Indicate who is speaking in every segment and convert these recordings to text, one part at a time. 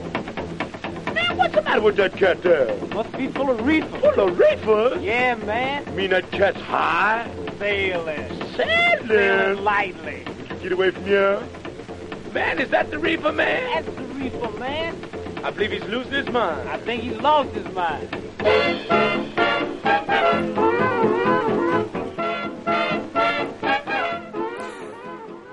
Speaker 1: Man, what's the matter with that cat there?
Speaker 2: Must be full of reefer.
Speaker 1: Full of reefer?
Speaker 2: Yeah, man.
Speaker 1: mean that cat's high?
Speaker 2: Sailing. Sailing
Speaker 1: Sanders!
Speaker 2: lightly.
Speaker 1: Get away from here. Man, is that the reefer man?
Speaker 2: That's the reefer, man.
Speaker 1: I believe he's losing his mind.
Speaker 2: I think he lost his mind.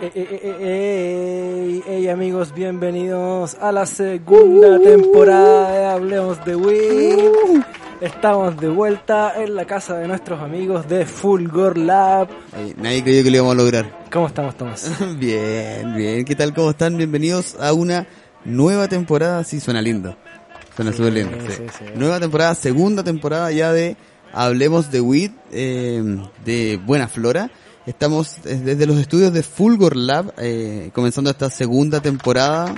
Speaker 3: Ey, ey, ey, eh, ey, ey, amigos, bienvenidos a la segunda
Speaker 4: Uh-huh.
Speaker 3: temporada de Hablemos de Wii. Estamos de vuelta en la casa de nuestros amigos de Fulgor Lab.
Speaker 4: Oye, nadie creyó que lo íbamos a lograr.
Speaker 3: ¿Cómo estamos, Tomás?
Speaker 4: bien, bien. ¿Qué tal? ¿Cómo están? Bienvenidos a una nueva temporada. Sí, suena lindo. Suena súper lindo.
Speaker 3: sí,
Speaker 4: sí.
Speaker 3: sí.
Speaker 4: Nueva temporada, segunda temporada ya de Hablemos de WIT, eh, de Buena Flora. Estamos eh, desde los estudios de Fulgor Lab, eh, comenzando esta segunda temporada.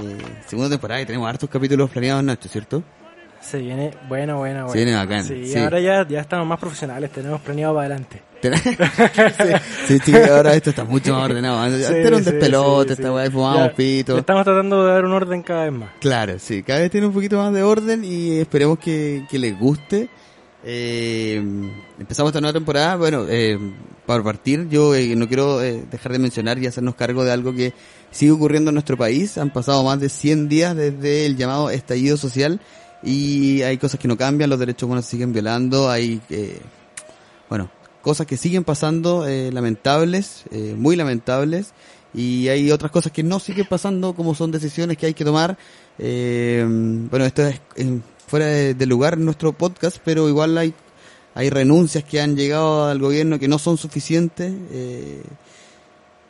Speaker 4: Eh, segunda temporada y tenemos hartos capítulos planeados, Nacho, ¿cierto?
Speaker 3: Se viene bueno, bueno, bueno.
Speaker 4: Se viene bacán,
Speaker 3: Sí,
Speaker 4: sí.
Speaker 3: ahora ya, ya estamos más profesionales, tenemos planeado para adelante.
Speaker 4: Ten- sí, sí, sí, ahora esto está mucho más ordenado. Antes
Speaker 3: Sí,
Speaker 4: era un
Speaker 3: sí,
Speaker 4: despelote,
Speaker 3: sí, sí.
Speaker 4: esta weá, fumábamos
Speaker 3: Ya,
Speaker 4: pito.
Speaker 3: Estamos tratando de dar un orden cada vez más.
Speaker 4: Claro, sí, cada vez tiene un poquito más de orden y esperemos que, que les guste. Eh, empezamos esta nueva temporada, bueno, eh, para partir yo eh, no quiero eh, dejar de mencionar y hacernos cargo de algo que sigue ocurriendo en nuestro país. Han pasado más de 100 días desde el llamado estallido social y hay cosas que no cambian, los derechos humanos se siguen violando, hay... eh, bueno, cosas que siguen pasando, eh, lamentables, eh, muy lamentables, y hay otras cosas que no siguen pasando, como son decisiones que hay que tomar. Eh, bueno, esto es eh, fuera de, de lugar en nuestro podcast, pero igual hay, hay renuncias que han llegado al gobierno que no son suficientes. eh,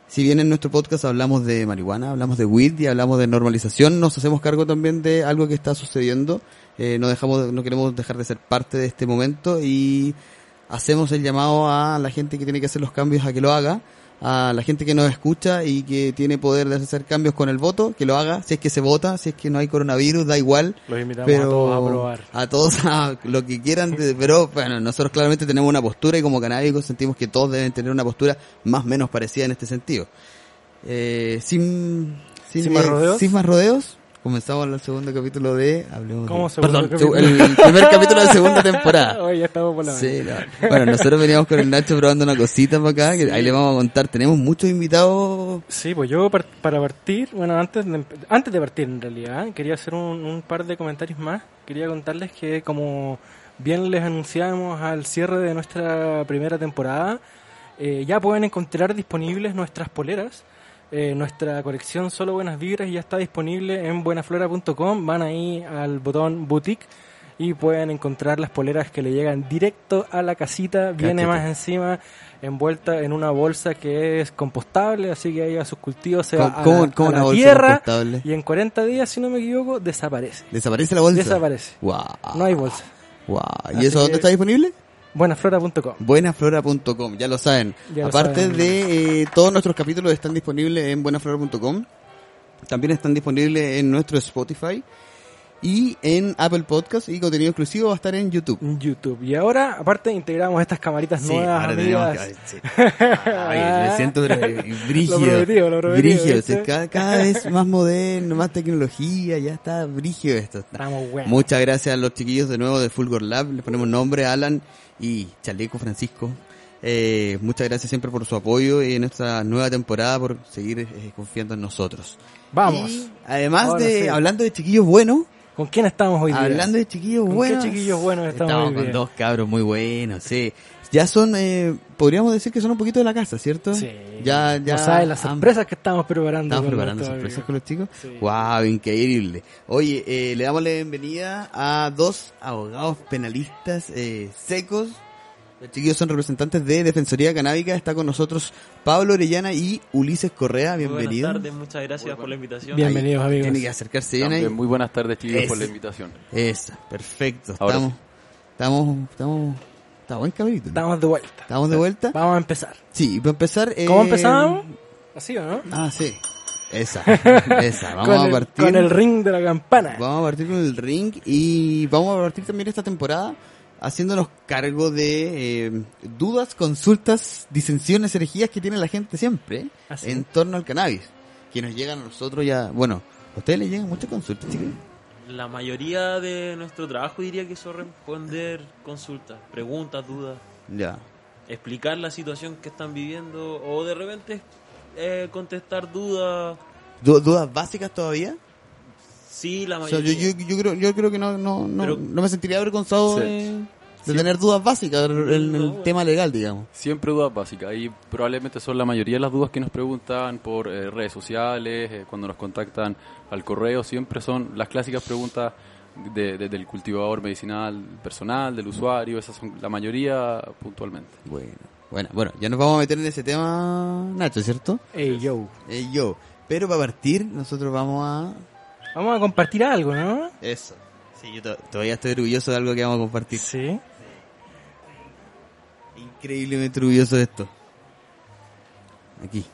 Speaker 4: si bien en nuestro podcast hablamos de marihuana, hablamos de weed y hablamos de normalización, nos hacemos cargo también de algo que está sucediendo. Eh, no dejamos, no queremos dejar de ser parte de este momento y hacemos el llamado a la gente que tiene que hacer los cambios a que lo haga, a la gente que nos escucha y que tiene poder de hacer cambios con el voto, que lo haga, si es que se vota, si es que no hay coronavirus, da igual.
Speaker 3: Los invitamos
Speaker 4: Pero
Speaker 3: a todos a probar.
Speaker 4: a todos a lo que quieran, de- pero bueno, nosotros claramente tenemos una postura y como canábicos sentimos que todos deben tener una postura más o menos parecida en este sentido. Eh, sin, eh,
Speaker 3: ¿Sin más rodeos?
Speaker 4: sin más rodeos, comenzamos el segundo capítulo de Hablemos
Speaker 3: ¿Cómo
Speaker 4: de-
Speaker 3: segundo
Speaker 4: Perdón,
Speaker 3: capítulo?
Speaker 4: el el primer capítulo de la segunda temporada.
Speaker 3: Hoy ya estamos por la
Speaker 4: Sí, no. Bueno, nosotros veníamos con el Nacho probando una cosita para acá, que ahí le vamos a contar. Tenemos muchos invitados.
Speaker 3: Sí, pues yo par- para partir, bueno, antes de, empe- antes de partir en realidad, quería hacer un, un par de comentarios más. Quería contarles que como bien les anunciamos al cierre de nuestra primera temporada, eh, ya pueden encontrar disponibles nuestras poleras. Eh, nuestra colección Solo Buenas Vibras ya está disponible en buenaflora.com. Van ahí al botón boutique y pueden encontrar las poleras que le llegan directo a la casita. Viene
Speaker 4: Cachete.
Speaker 3: más encima envuelta en una bolsa que es compostable, así que ahí a sus cultivos se va a,
Speaker 4: ¿Cómo-
Speaker 3: la-
Speaker 4: cómo
Speaker 3: a
Speaker 4: una
Speaker 3: la
Speaker 4: bolsa
Speaker 3: tierra
Speaker 4: compostable?
Speaker 3: y en 40 días, si no me equivoco, desaparece.
Speaker 4: ¿Desaparece la bolsa?
Speaker 3: Desaparece.
Speaker 4: Guau,
Speaker 3: No hay bolsa.
Speaker 4: guau. ¿Y
Speaker 3: Así
Speaker 4: eso
Speaker 3: que-
Speaker 4: dónde está disponible?
Speaker 3: Buenaflora.com.
Speaker 4: Buenaflora.com, ya lo saben.
Speaker 3: Ya lo
Speaker 4: Aparte
Speaker 3: saben.
Speaker 4: de eh, todos nuestros capítulos están disponibles en buenaflora.com. También están disponibles en nuestro Spotify y en Apple Podcast y contenido exclusivo va a estar en YouTube.
Speaker 3: YouTube. Y ahora, aparte, integramos estas camaritas nuevas. amigas.
Speaker 4: Ay, me siento pero, eh, brígido.
Speaker 3: Lo prometido, lo prometido,
Speaker 4: Brígido,
Speaker 3: ¿viste?
Speaker 4: sí, cada, cada vez más moderno, más tecnología, ya está brígido esto. está.
Speaker 3: Estamos buenos.
Speaker 4: Muchas gracias a los chiquillos de nuevo de Fulgor Lab, les ponemos nombre, Alan y Chaleco Francisco. Eh, muchas gracias siempre por su apoyo y en esta nueva temporada por seguir eh, confiando en nosotros.
Speaker 3: Vamos.
Speaker 4: Y además
Speaker 3: Ahora
Speaker 4: de,
Speaker 3: sí.
Speaker 4: hablando de chiquillos buenos,
Speaker 3: ¿Con quién estamos hoy día?
Speaker 4: Hablando de chiquillos
Speaker 3: ¿Con qué
Speaker 4: buenos.
Speaker 3: chiquillos buenos estamos hoy
Speaker 4: con
Speaker 3: día?
Speaker 4: dos cabros muy buenos, sí. Ya son, eh, podríamos decir que son un poquito de la casa, ¿cierto?
Speaker 3: Sí.
Speaker 4: Ya, ya.
Speaker 3: No sabes las
Speaker 4: han-
Speaker 3: sorpresas que estamos preparando.
Speaker 4: Estamos
Speaker 3: con
Speaker 4: preparando
Speaker 3: nuestro
Speaker 4: sorpresas con
Speaker 3: amigo.
Speaker 4: los chicos.
Speaker 3: Sí.
Speaker 4: Wow, increíble. Oye, eh, le damos la bienvenida a dos abogados penalistas eh, secos. Los chiquillos son representantes de Defensoría Canábica. Está con nosotros Pablo Orellana y Ulises Correa.
Speaker 5: Muy
Speaker 4: Bienvenidos.
Speaker 5: Buenas tardes, muchas gracias por la invitación.
Speaker 3: Bien. Bienvenidos,
Speaker 4: Ahí,
Speaker 3: amigos.
Speaker 4: Tiene que acercarse bien ahí.
Speaker 6: También, muy buenas tardes, chicos,
Speaker 4: Es.
Speaker 6: por la invitación.
Speaker 4: Esa, perfecto.
Speaker 6: Ahora
Speaker 4: Estamos, estamos, estamos, está buen capítulo. Estamos,
Speaker 3: Estamos de vuelta.
Speaker 4: de vuelta.
Speaker 3: Vamos a empezar.
Speaker 4: Sí, y para empezar. eh,
Speaker 3: ¿Cómo empezamos? ¿Así o no?
Speaker 4: Ah, sí. Esa, esa. Vamos
Speaker 3: con,
Speaker 4: a
Speaker 3: el,
Speaker 4: partir.
Speaker 3: con el ring de la campana.
Speaker 4: Vamos a partir con el ring y vamos a partir también esta temporada haciéndonos cargo de eh, dudas, consultas, disensiones, herejías que tiene la gente siempre
Speaker 3: ¿Ah, sí?
Speaker 4: en torno al cannabis. Que nos llegan a nosotros ya. Bueno, ¿a ustedes les llegan muchas consultas, chicos?
Speaker 5: La mayoría de nuestro trabajo diría que es responder consultas, preguntas, dudas,
Speaker 4: Ya.
Speaker 5: explicar la situación que están viviendo o de repente eh, contestar dudas.
Speaker 4: Du- ¿Dudas básicas todavía?
Speaker 5: Sí, la
Speaker 4: O sea,
Speaker 5: mayoría.
Speaker 4: yo, yo, yo creo, yo creo que no, no, no,
Speaker 5: Pero-
Speaker 4: no me sentiría avergonzado
Speaker 6: Sí.
Speaker 4: de, de tener dudas básicas en el
Speaker 5: No, bueno.
Speaker 4: tema legal, digamos.
Speaker 6: Siempre dudas básicas y probablemente son la mayoría de las dudas que nos preguntan por eh, redes sociales, eh, cuando nos contactan al correo, siempre son las clásicas preguntas de- de- del cultivador medicinal personal, del usuario, esas son la mayoría puntualmente.
Speaker 4: Bueno, bueno, bueno, ya nos vamos a meter en ese tema, Nacho, ¿cierto?
Speaker 3: Ey, yo.
Speaker 4: Eh, yo. Pero para partir, nosotros vamos a
Speaker 3: Vamos a compartir algo, ¿no?
Speaker 4: Eso. Sí, yo to- todavía estoy orgulloso de algo que vamos a compartir.
Speaker 3: Sí.
Speaker 4: Increíblemente orgulloso de esto. Aquí.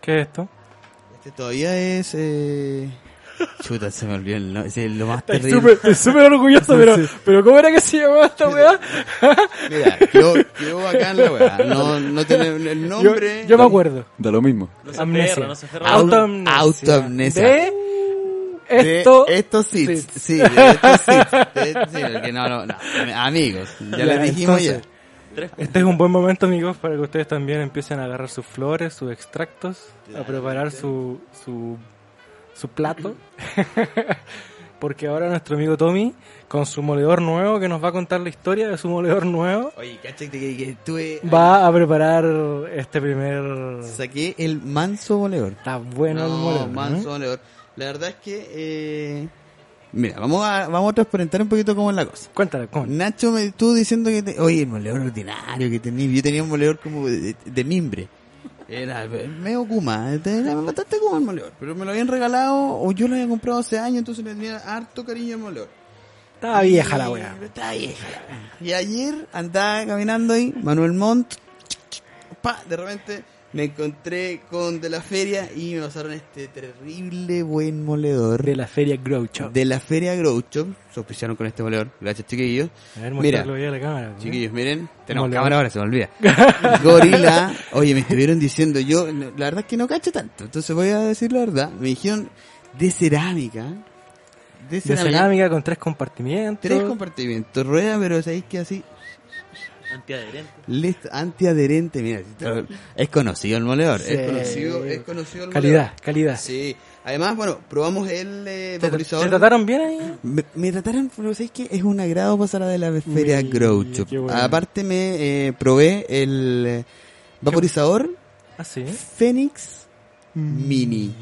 Speaker 3: ¿Qué es esto?
Speaker 4: Este todavía es... Eh... Chuta, se me olvidó el nombre. Es lo más
Speaker 3: Estoy
Speaker 4: terrible.
Speaker 3: súper- Estoy súper orgulloso, pero, pero ¿cómo era que se llamaba esta weá?
Speaker 4: Mira, quedó, quedó acá en la weá. No, no tiene el
Speaker 3: Yo,
Speaker 4: nombre.
Speaker 3: yo me acuerdo.
Speaker 6: Da lo mismo.
Speaker 5: No se
Speaker 3: Amnesia.
Speaker 5: aferra, no se aferra.
Speaker 3: Autoamnesia.
Speaker 4: Autoamnesia.
Speaker 3: De
Speaker 4: De
Speaker 3: esto.
Speaker 4: estos sits.
Speaker 3: sits.
Speaker 4: Sí, de estos sits. De- sí, porque no, no, no. Amigos, ya,
Speaker 3: Ya,
Speaker 4: les dijimos
Speaker 3: entonces,
Speaker 5: Tres
Speaker 3: Este es un buen momento, amigos, para que ustedes también empiecen a agarrar sus flores, sus extractos, a preparar su, su, su plato. Porque ahora nuestro amigo Tommy, con su moledor nuevo, que nos va a contar la historia de su moledor nuevo,
Speaker 4: ya. Oye, cachate que, que estuve...
Speaker 3: va a preparar este primer...
Speaker 4: Saqué el manso voleador.
Speaker 3: Está bueno el ¿eh?
Speaker 4: No,
Speaker 3: moledor. ¿no?
Speaker 4: manso valedor. La verdad es que. eh, mira, vamos a, vamos a transparentar un poquito cómo es la cosa.
Speaker 3: Cuéntale, ¿cómo?
Speaker 4: Nacho me estuvo diciendo que. te- Oye, el moleador ordinario que tenía. Yo tenía un moleador como de, de- de mimbre. Era eh, medio Kuma. este, Era bastante Kuma el moleador. Pero me lo habían regalado o yo lo había comprado hace años, entonces le tenía harto cariño al moleador.
Speaker 3: Está vieja la
Speaker 4: Y-
Speaker 3: weá.
Speaker 4: Está vieja la weá. Y ayer andaba caminando ahí, Manuel Montt. Pa, de repente me encontré con de la feria y me pasaron este terrible buen moledor.
Speaker 3: De la feria Grow Shop.
Speaker 4: De la feria Groucho. Se auspiciaron con este moledor. Gracias, chiquillos.
Speaker 3: A ver,
Speaker 4: Mira,
Speaker 3: mostrarlo ahí a la cámara. ¿no?
Speaker 4: chiquillos, miren. ¿Eh? Tenemos
Speaker 3: Moledor.
Speaker 4: cámara ahora, se me olvida. Gorila. Oye, me estuvieron diciendo yo. no, La verdad es que no cacho tanto. Entonces voy a decir la verdad. Me dijeron de cerámica.
Speaker 3: De
Speaker 4: De
Speaker 3: cerámica con tres compartimientos.
Speaker 4: Tres compartimientos, rueda, pero sabéis que así,
Speaker 5: Antiadherente.
Speaker 4: listo, antiadherente, mira, si te- es conocido el moledor,
Speaker 3: Sí.
Speaker 4: es conocido, es conocido el
Speaker 3: Calidad,
Speaker 4: moledor.
Speaker 3: calidad.
Speaker 4: Sí, además, bueno, probamos el eh,
Speaker 3: ¿Te,
Speaker 4: vaporizador.
Speaker 3: te trataron bien ahí?
Speaker 4: Me, me trataron, pero sabéis que es un agrado pasar a de la feria
Speaker 3: Uy,
Speaker 4: Groucho.
Speaker 3: qué bueno.
Speaker 4: Aparte me eh, probé el eh, vaporizador
Speaker 3: Ah, sí.
Speaker 4: Fénix
Speaker 3: Mm.
Speaker 4: Mini.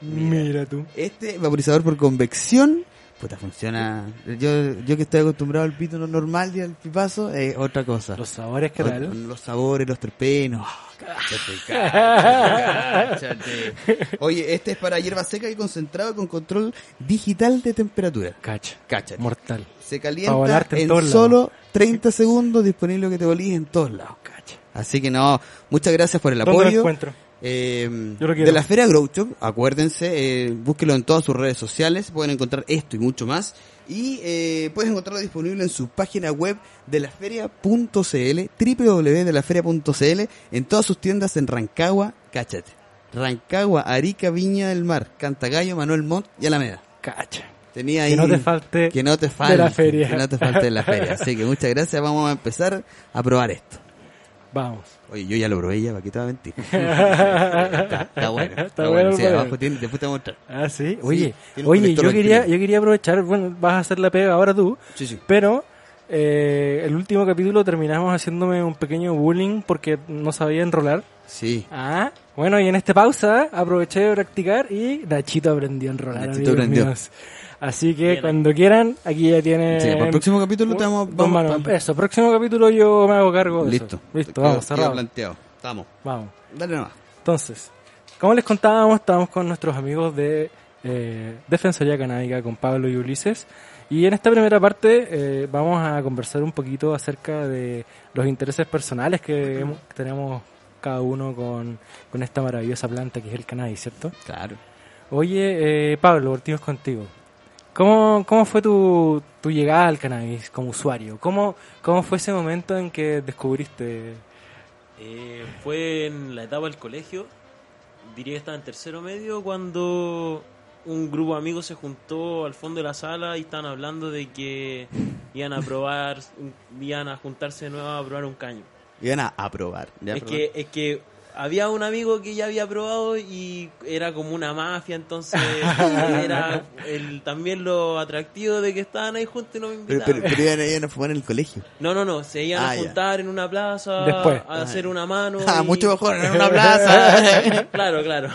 Speaker 3: Mira tú.
Speaker 4: Este vaporizador por convección, puta, funciona. Yo, yo que estoy acostumbrado al pito no normal y al pipazo, es otra cosa.
Speaker 3: Los sabores Ah, que
Speaker 4: Con-
Speaker 3: tal.
Speaker 4: con los sabores, los terpenos. Cáchate, cáchate, cáchate. Oye, este es para hierba seca y concentrado con control digital de temperatura.
Speaker 3: Cacha.
Speaker 4: Cáchate.
Speaker 3: Mortal.
Speaker 4: Se
Speaker 3: Pa'
Speaker 4: calienta
Speaker 3: volarte en
Speaker 4: en,
Speaker 3: todos lados.
Speaker 4: solo 30 segundos, disponible que te volís en todos lados.
Speaker 3: Cacha.
Speaker 4: Así que no, muchas gracias por el
Speaker 3: ¿Dónde lo
Speaker 4: apoyo.
Speaker 3: encuentro?
Speaker 4: Eh,
Speaker 3: Yo lo quiero.
Speaker 4: de la Feria Grow Shop, acuérdense, eh, búsquelo en todas sus redes sociales, pueden encontrar esto y mucho más. Y eh, puedes encontrarlo disponible en su página web de laferia.cl, www.delaferia.cl, en todas sus tiendas en Rancagua, cáchate. Rancagua, Arica, Viña del Mar, Cantagallo, Manuel Montt y Alameda.
Speaker 3: Cacha.
Speaker 4: Tenía ahí
Speaker 3: Que no te falte.
Speaker 4: que no te falte
Speaker 3: la feria.
Speaker 4: Que no te falte de la feria. Así que muchas gracias, vamos a empezar a probar esto.
Speaker 3: Vamos.
Speaker 4: Oye, yo ya lo probé ya, ¿para qué te va a mentir? está, está bueno. Está,
Speaker 3: Está
Speaker 4: bueno.
Speaker 3: bueno,
Speaker 4: sí,
Speaker 3: bueno.
Speaker 4: abajo tiene, después te voy a mostrar.
Speaker 3: Ah, sí.
Speaker 4: Sí,
Speaker 3: Oye,
Speaker 4: tiene un
Speaker 3: oye
Speaker 4: conector
Speaker 3: yo, quería,
Speaker 4: antiguo.
Speaker 3: yo quería aprovechar. Bueno, vas a hacer la pega ahora tú.
Speaker 4: Sí, sí.
Speaker 3: Pero eh, el último capítulo terminamos haciéndome un pequeño bullying porque no sabía enrolar.
Speaker 4: Sí.
Speaker 3: Ah, bueno, y en esta pausa aproveché de practicar y Nachito aprendió a enrolar.
Speaker 4: Nachito
Speaker 3: amigos
Speaker 4: aprendió.
Speaker 3: míos. Así que
Speaker 5: Bien.
Speaker 3: cuando quieran, aquí ya tienen.
Speaker 4: Sí, para el próximo capítulo te vamos,
Speaker 3: Don
Speaker 4: vamos-
Speaker 3: Manuel,
Speaker 4: vamos-
Speaker 3: Eh, eso, próximo capítulo yo me hago cargo de
Speaker 4: Listo.
Speaker 3: eso. Listo,
Speaker 4: Quedó-
Speaker 3: vamos,
Speaker 4: quedó
Speaker 3: cerrado.
Speaker 4: planteado. Estamos.
Speaker 3: Vamos.
Speaker 4: Dale nomás.
Speaker 3: Entonces, como les contábamos, estábamos con nuestros amigos de eh, Defensoría Canábica, con Pablo y Ulises. Y en esta primera parte eh, vamos a conversar un poquito acerca de los intereses personales que hemos- que tenemos cada uno con, con esta maravillosa planta que es el cannabis, ¿cierto?
Speaker 4: Claro.
Speaker 3: Oye, eh, Pablo, partimos contigo. ¿Cómo, cómo fue tu, tu llegada al cannabis como usuario? ¿Cómo, ¿Cómo fue ese momento en que descubriste?
Speaker 5: Eh, fue en la etapa del colegio, diría que estaba en tercero medio, cuando un grupo de amigos se juntó al fondo de la sala y estaban hablando de que iban a probar, un- iban a juntarse de nuevo a probar un caño.
Speaker 4: Iban a aprobar. ya,
Speaker 5: Es
Speaker 4: perdón.
Speaker 5: que, es que había un amigo que ya había probado y era como una mafia, entonces era el, también lo atractivo de que estaban ahí juntos y no me
Speaker 4: Pero, pero,
Speaker 5: invitaban.
Speaker 4: pero iban, iban a fumar en el colegio.
Speaker 5: No, no, no, se iban
Speaker 4: Ah,
Speaker 5: a
Speaker 4: ya.
Speaker 5: juntar en una plaza
Speaker 3: Después.
Speaker 5: a hacer una mano.
Speaker 4: Ah,
Speaker 5: y-
Speaker 4: mucho mejor, en una plaza.
Speaker 5: claro, claro.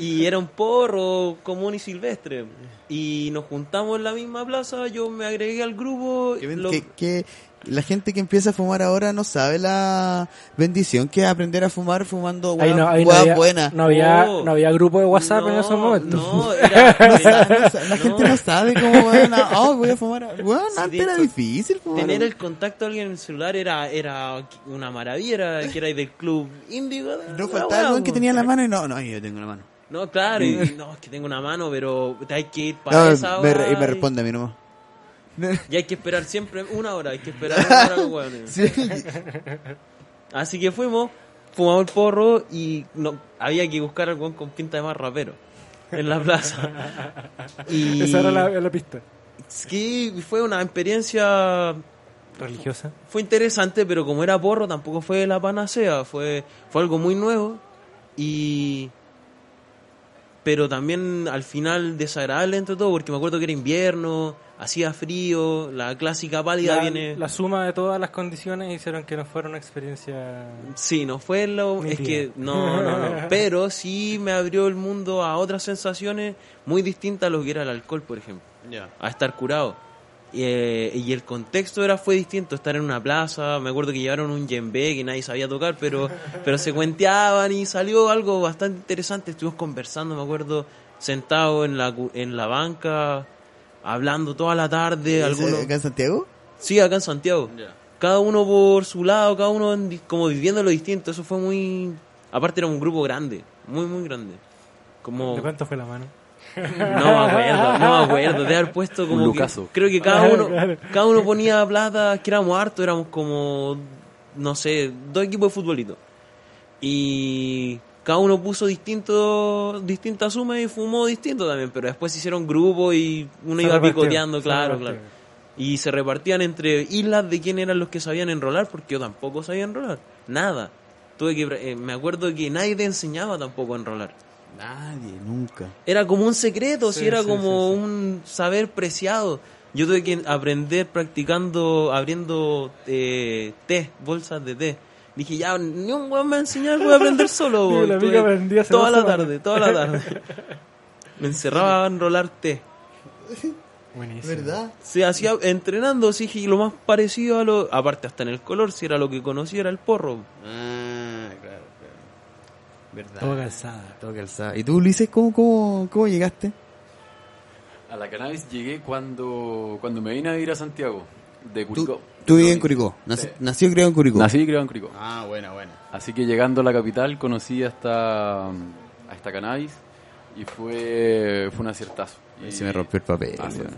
Speaker 5: Y era un porro común y silvestre. Y nos juntamos en la misma plaza, yo me agregué al grupo.
Speaker 4: Que ven-
Speaker 5: lo-
Speaker 4: que, que la gente que empieza a fumar ahora no sabe la bendición que es aprender a fumar fumando
Speaker 3: Ahí
Speaker 4: huevas
Speaker 3: no, ahí no
Speaker 4: huevas
Speaker 3: había,
Speaker 4: buenas.
Speaker 3: no había,
Speaker 5: Oh.
Speaker 3: no había grupo de WhatsApp en
Speaker 5: No,
Speaker 3: esos momentos.
Speaker 5: No, era-
Speaker 4: No sa- no sa- la
Speaker 5: no.
Speaker 4: gente no sabe cómo van a... Oh, voy a fumar. a- Bueno,
Speaker 5: Sí,
Speaker 4: antes
Speaker 5: de
Speaker 4: era
Speaker 5: hecho,
Speaker 4: difícil fumar.
Speaker 5: Tener el contacto de alguien en el celular era, era una maravilla, era que era del club índigo. de-
Speaker 4: No
Speaker 5: la
Speaker 4: faltaba
Speaker 5: wea,
Speaker 4: alguien que
Speaker 5: po.
Speaker 4: tenía la mano y no, no, yo tengo la mano.
Speaker 5: No, claro, y, no, es que tengo una mano, pero te hay que ir para esa
Speaker 4: No, me,
Speaker 5: hora.
Speaker 4: re- y me responde a mí nomás.
Speaker 5: Y hay que esperar siempre una hora, hay que esperar una hora, los weones.
Speaker 4: Sí.
Speaker 5: Así que fuimos, fumamos el porro y no, había que buscar al weón con pinta de más rapero en la plaza. Y
Speaker 3: Esa era la, la pista.
Speaker 5: sí, fue una experiencia
Speaker 3: Religiosa.
Speaker 5: fue interesante, pero como era porro, tampoco fue la panacea, fue, fue algo muy nuevo y pero también al final desagradable entre todo, porque me acuerdo que era invierno, hacía frío, la clásica pálida
Speaker 3: La,
Speaker 5: viene
Speaker 3: la suma de todas las condiciones hicieron que no fuera una experiencia.
Speaker 5: Sí, no fue lo.
Speaker 3: Ni
Speaker 5: Es
Speaker 3: idea.
Speaker 5: que. No, no, no. Pero sí me abrió el mundo a otras sensaciones muy distintas a lo que era el alcohol, por ejemplo. A estar curado. Y, eh, y el contexto era fue distinto. Estar en una plaza. Me acuerdo que llevaron un yembe que nadie sabía tocar, pero, pero se cuenteaban y salió algo bastante interesante. Estuvimos conversando, me acuerdo, sentado en la, cu- en la banca, hablando toda la tarde. algunos-
Speaker 4: ¿Acá en Santiago?
Speaker 5: Sí, acá en Santiago. Cada uno por su lado, cada uno en di- como viviendo lo distinto. Eso fue muy... Aparte era un grupo grande, muy, muy grande. Como...
Speaker 3: ¿De
Speaker 5: No
Speaker 3: cuánto fue la mano?
Speaker 5: me acuerdo, no me acuerdo. De haber puesto como...
Speaker 6: Un
Speaker 5: que-
Speaker 6: lucaso.
Speaker 5: creo que cada uno,
Speaker 3: Claro.
Speaker 5: cada uno ponía plata, que éramos hartos, éramos como... No sé, dos equipos de futbolito. Y cada uno puso distinto, distintas sumas y fumó distinto también. Pero después se hicieron grupos y uno
Speaker 3: Se
Speaker 5: iba
Speaker 3: repartió,
Speaker 5: picoteando,
Speaker 3: se
Speaker 5: claro,
Speaker 3: repartió.
Speaker 5: claro. Y se repartían entre islas de quién eran los que sabían enrolar, porque yo tampoco sabía enrolar. Nada. Tuve que, eh, me acuerdo que nadie te enseñaba tampoco a enrolar.
Speaker 4: Nadie, nunca.
Speaker 5: Era como un secreto,
Speaker 3: Sí,
Speaker 5: si era
Speaker 3: sí,
Speaker 5: como
Speaker 3: sí, sí.
Speaker 5: un saber preciado. Yo tuve que aprender practicando, abriendo eh, té, bolsas de té. Dije, ya, ni un weón me va a enseñar, voy a aprender solo.
Speaker 3: Sí,
Speaker 5: weón.
Speaker 3: la
Speaker 5: Tuve-
Speaker 3: amiga aprendí hace
Speaker 5: toda
Speaker 3: dos
Speaker 5: la
Speaker 3: semanas.
Speaker 5: tarde, toda la tarde. Me encerraba a enrolar té.
Speaker 3: Buenísimo.
Speaker 4: ¿Verdad?
Speaker 5: se hacía entrenando, sí, y lo más parecido a lo. Aparte, hasta en el color, si era lo que conocía, era el porro.
Speaker 4: Ah, claro, claro. ¿Verdad?
Speaker 3: Todo calzada.
Speaker 4: Todo calzado. ¿Y tú, Ulises, cómo, cómo, cómo llegaste?
Speaker 6: A la cannabis llegué cuando, cuando me vine a vivir a Santiago, de Curicó.
Speaker 4: Tú, tú vivías en
Speaker 6: Sí.
Speaker 4: Curicó. Nací,
Speaker 6: Sí.
Speaker 4: Nació y criado en Curicó.
Speaker 6: Nací y criado en Curicó.
Speaker 4: Ah, buena, buena.
Speaker 6: Así que llegando a la capital conocí a esta, a esta cannabis y fue, fue un aciertazo. Y
Speaker 4: Se me rompió el papel.
Speaker 6: Ah, sí.
Speaker 4: weón.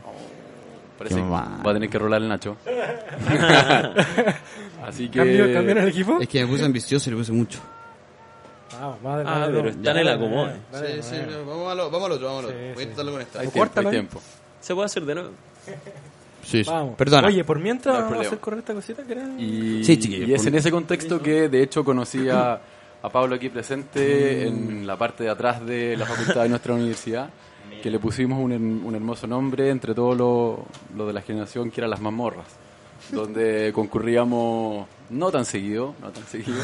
Speaker 6: Parece
Speaker 4: Qué
Speaker 6: que
Speaker 4: mal.
Speaker 6: va a tener que rolar el Nacho. Así que...
Speaker 3: ¿Cambio, cambio en el equipo?
Speaker 4: Es que me puse ambicioso y le puse mucho.
Speaker 3: Vamos, vamos,
Speaker 5: Ah,
Speaker 3: dale,
Speaker 5: pero
Speaker 3: vamos.
Speaker 5: está en el acomodo.
Speaker 3: Dale, dale.
Speaker 4: vamos al otro, vamos
Speaker 3: al otro. Sí, Voy a sí. intentarlo
Speaker 4: con
Speaker 6: Hay
Speaker 4: esta.
Speaker 6: tiempo,
Speaker 3: Córtalo
Speaker 6: hay
Speaker 3: ahí.
Speaker 6: tiempo.
Speaker 5: Se puede hacer de nuevo.
Speaker 4: Sí, sí.
Speaker 3: Vamos.
Speaker 4: Perdona. Eh,
Speaker 3: Oye, por mientras
Speaker 6: No hay
Speaker 3: vamos a
Speaker 6: problema.
Speaker 3: hacer correr esta cosita que era.
Speaker 6: Y,
Speaker 4: Sí, chiquillos,
Speaker 6: y es
Speaker 4: por-
Speaker 6: en ese contexto que de hecho conocí a, a Pablo aquí presente
Speaker 5: Mm.
Speaker 6: en la parte de atrás de la facultad de nuestra universidad, que le pusimos un, her- un hermoso nombre entre todo lo, lo de la generación que eran las mazmorras, donde concurríamos no tan seguido, no tan seguido,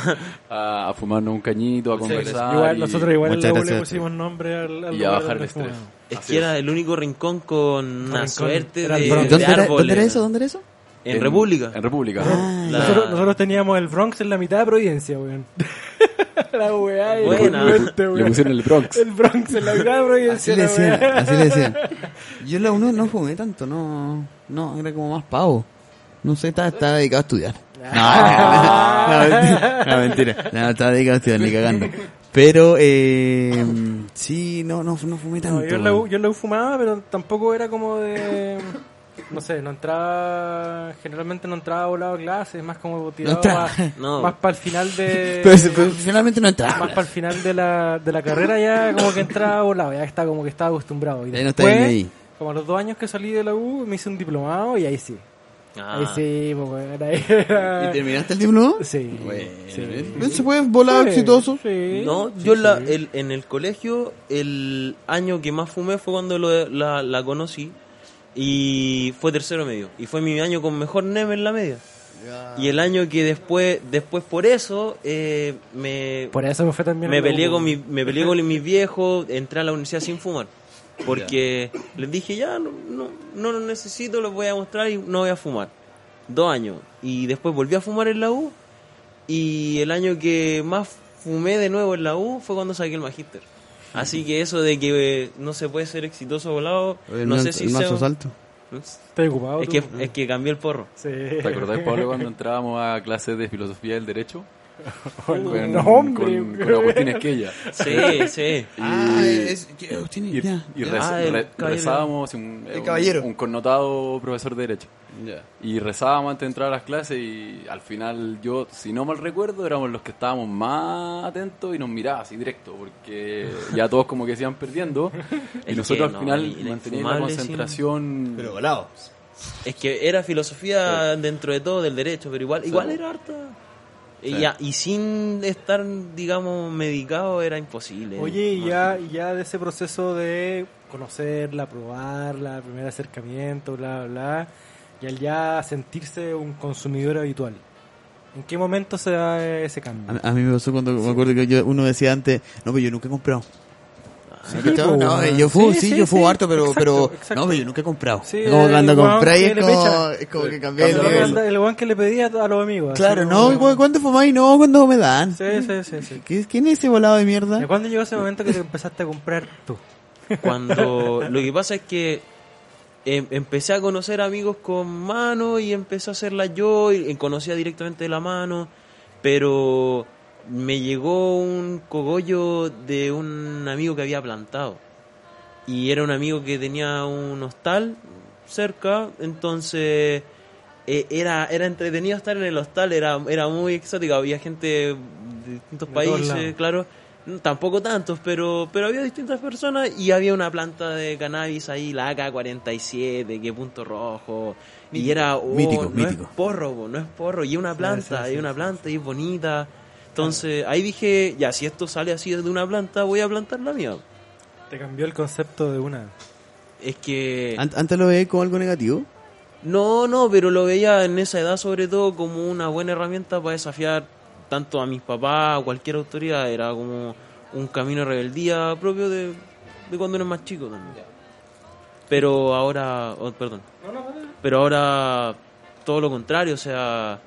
Speaker 6: a, a fumarnos un cañito, a conversar
Speaker 3: Igual,
Speaker 6: y,
Speaker 3: nosotros igual
Speaker 4: Muchas
Speaker 3: en la U
Speaker 4: gracias
Speaker 3: le
Speaker 4: a ti.
Speaker 3: pusimos nombre al, al
Speaker 6: y a
Speaker 3: lugar
Speaker 6: bajar el
Speaker 3: donde
Speaker 6: estrés.
Speaker 3: fumamos.
Speaker 5: Es
Speaker 6: Así
Speaker 5: que era el único rincón con una
Speaker 3: rincón.
Speaker 5: suerte
Speaker 3: Era el
Speaker 5: de,
Speaker 3: Bronx.
Speaker 5: de
Speaker 4: ¿Dónde, era,
Speaker 5: árboles.
Speaker 4: ¿Dónde era eso? ¿Dónde era eso?
Speaker 5: En, República. Ah.
Speaker 6: En República.
Speaker 5: La-
Speaker 3: Nosotros, nosotros teníamos el Bronx en la mitad de Providencia, weón. la weá.
Speaker 5: Buena.
Speaker 3: impresionante,
Speaker 6: Le
Speaker 3: weón.
Speaker 6: pusieron el Bronx.
Speaker 3: El Bronx en la mitad de Providencia.
Speaker 4: Así le
Speaker 3: la weá.
Speaker 4: decían, así le decían. Yo en la 1 no fumé tanto, no, no, era como más pavo. No sé, estaba, estaba
Speaker 3: Ah.
Speaker 4: dedicado a estudiar. No, no, no, no, mentira, no, mentira. No, estaba dedicado a estudiar, ni cagando. Pero, eh, sí, no, no, no fumé tanto.
Speaker 3: No, yo, en la U,
Speaker 4: weón.
Speaker 3: yo en la U fumaba, pero tampoco era como de. No sé, no entraba. Generalmente no entraba volado a clases, más como tirado
Speaker 4: entraba,
Speaker 3: más,
Speaker 5: no.
Speaker 3: para el final de.
Speaker 4: Pero, se- pero finalmente no
Speaker 3: más
Speaker 4: entraba.
Speaker 3: para el final de la, de la carrera ya como que entraba volado, ya estaba como que estaba acostumbrado. Y
Speaker 4: Ya no
Speaker 3: después,
Speaker 4: está bien ahí.
Speaker 3: como a los dos años que salí de la U, me hice un diplomado y ahí sí. Ahí
Speaker 5: Ah.
Speaker 3: sí, pues bueno, ahí era-
Speaker 4: ¿Y terminaste el diploma?
Speaker 3: Sí.
Speaker 4: Bueno, ¿eh?
Speaker 3: sí.
Speaker 4: bien, se puede volar
Speaker 3: Sí,
Speaker 4: exitoso.
Speaker 3: sí,
Speaker 5: No,
Speaker 3: sí,
Speaker 5: yo la-
Speaker 3: sí.
Speaker 5: el- en el colegio el año que más fumé fue cuando lo- la, la conocí y fue tercero medio. Y fue mi año con mejor NEM en la media.
Speaker 3: Ah.
Speaker 5: Y el año que después, después por eso, eh, me,
Speaker 3: Por eso me fue también.
Speaker 5: me
Speaker 3: en la U,
Speaker 5: peleé con
Speaker 3: pues.
Speaker 5: mi, me peleé con mis viejos, entré a la universidad sin fumar. Porque les dije, ya, no, no, no lo necesito, lo voy a mostrar y no voy a fumar. Dos años. Y después volví a fumar en la U. Y el año que más fumé de nuevo en la U fue cuando saqué el magíster. Así que eso de que eh, no se puede ser exitoso volado,
Speaker 4: El,
Speaker 5: no
Speaker 4: man-
Speaker 5: sé si
Speaker 4: el mazo
Speaker 5: sea-
Speaker 4: salto.
Speaker 3: Estoy ocupado.
Speaker 5: Es
Speaker 3: tú.
Speaker 5: que, es que cambié el porro.
Speaker 3: Sí.
Speaker 6: ¿Te acordás, Pablo, cuando entrábamos a clases de filosofía del derecho? Con,
Speaker 3: no, hombre.
Speaker 6: con, con Agustín Esquella.
Speaker 5: Sí, sí.
Speaker 4: Ah, es, que- tiene-
Speaker 6: Y,
Speaker 4: ya,
Speaker 6: y
Speaker 4: ya.
Speaker 6: rez-
Speaker 5: Ah, el
Speaker 6: re-
Speaker 5: caballero.
Speaker 6: rezábamos un,
Speaker 4: El
Speaker 6: un-
Speaker 4: caballero.
Speaker 6: un connotado profesor de derecho. Y rezábamos antes de entrar a las clases y al final yo, si no mal recuerdo, éramos los que estábamos más atentos y nos miraba así directo, porque ya todos como que se iban perdiendo. y
Speaker 5: Es que
Speaker 6: nosotros
Speaker 5: no,
Speaker 6: al final
Speaker 5: y la
Speaker 6: manteníamos la
Speaker 5: infumable, sí.
Speaker 6: concentración.
Speaker 4: Pero volado.
Speaker 5: Es que era filosofía dentro de todo del derecho, pero igual, igual era harta. Y, ya- y sin estar, digamos, medicado era imposible.
Speaker 3: Oye, y
Speaker 5: No.
Speaker 3: ya, y ya de ese proceso de conocerla, probarla, primer acercamiento, bla, bla, bla, y al ya sentirse un consumidor habitual. ¿En qué momento se da ese cambio?
Speaker 4: A, a mí me pasó cuando me acuerdo que yo- uno decía antes, no, pero yo nunca he comprado.
Speaker 3: Sí, pues,
Speaker 4: ¿Cachai?
Speaker 3: po,
Speaker 4: No,
Speaker 3: weón.
Speaker 4: yo fumo, sí,
Speaker 3: Sí, sí,
Speaker 4: yo fumo
Speaker 3: sí.
Speaker 4: harto, pero,
Speaker 3: Exacto,
Speaker 4: pero
Speaker 3: exacto.
Speaker 4: no, pero yo nunca he comprado.
Speaker 3: Sí,
Speaker 4: Es como
Speaker 3: el
Speaker 4: cuando
Speaker 3: weón
Speaker 4: compráis
Speaker 3: que
Speaker 4: es
Speaker 3: le
Speaker 4: como,
Speaker 3: pecha.
Speaker 4: es como que cambié
Speaker 3: El
Speaker 4: el
Speaker 3: weón
Speaker 4: nivel.
Speaker 3: anda- el weón que le pedía a los amigos. así
Speaker 4: Claro,
Speaker 3: como-
Speaker 4: no, güey, ¿cuándo fumáis? No, cuando me dan.
Speaker 3: Sí, sí, sí. sí.
Speaker 4: ¿Qué- ¿Quién es ese volado de mierda?
Speaker 3: ¿Y cuándo llegó ese momento que te empezaste a comprar tú?
Speaker 5: Cuando lo que pasa es que em- empecé a conocer amigos con mano y empecé a hacerla yo y y conocía directamente de la mano, pero me llegó un cogollo de un amigo que había plantado. Y era un amigo que tenía un hostal cerca, entonces eh, era, era entretenido estar en el hostal, era, era muy exótico, había gente de distintos
Speaker 3: De todos lados.
Speaker 5: países, claro, no, tampoco tantos, pero, pero había distintas personas y había una planta de cannabis ahí, la AK-47, que punto rojo, y era, oh,
Speaker 4: Mítico,
Speaker 5: no
Speaker 4: mítico.
Speaker 5: es porro, po, no es porro, y es una planta,
Speaker 3: sí,
Speaker 5: hay
Speaker 3: sí,
Speaker 5: una
Speaker 3: sí,
Speaker 5: planta, y es bonita, entonces ahí dije, ya, si esto sale así de una planta, voy a plantar la mía.
Speaker 3: Te cambió el concepto de una.
Speaker 5: Es que...
Speaker 4: Ant- Antes lo veía como algo negativo.
Speaker 5: No, no, pero lo veía en esa edad sobre todo como una buena herramienta para desafiar tanto a mis papás, a cualquier autoridad. Era como un camino de rebeldía propio de, de cuando uno es más chico también. Pero ahora, oh, perdón, pero ahora todo lo contrario, o sea,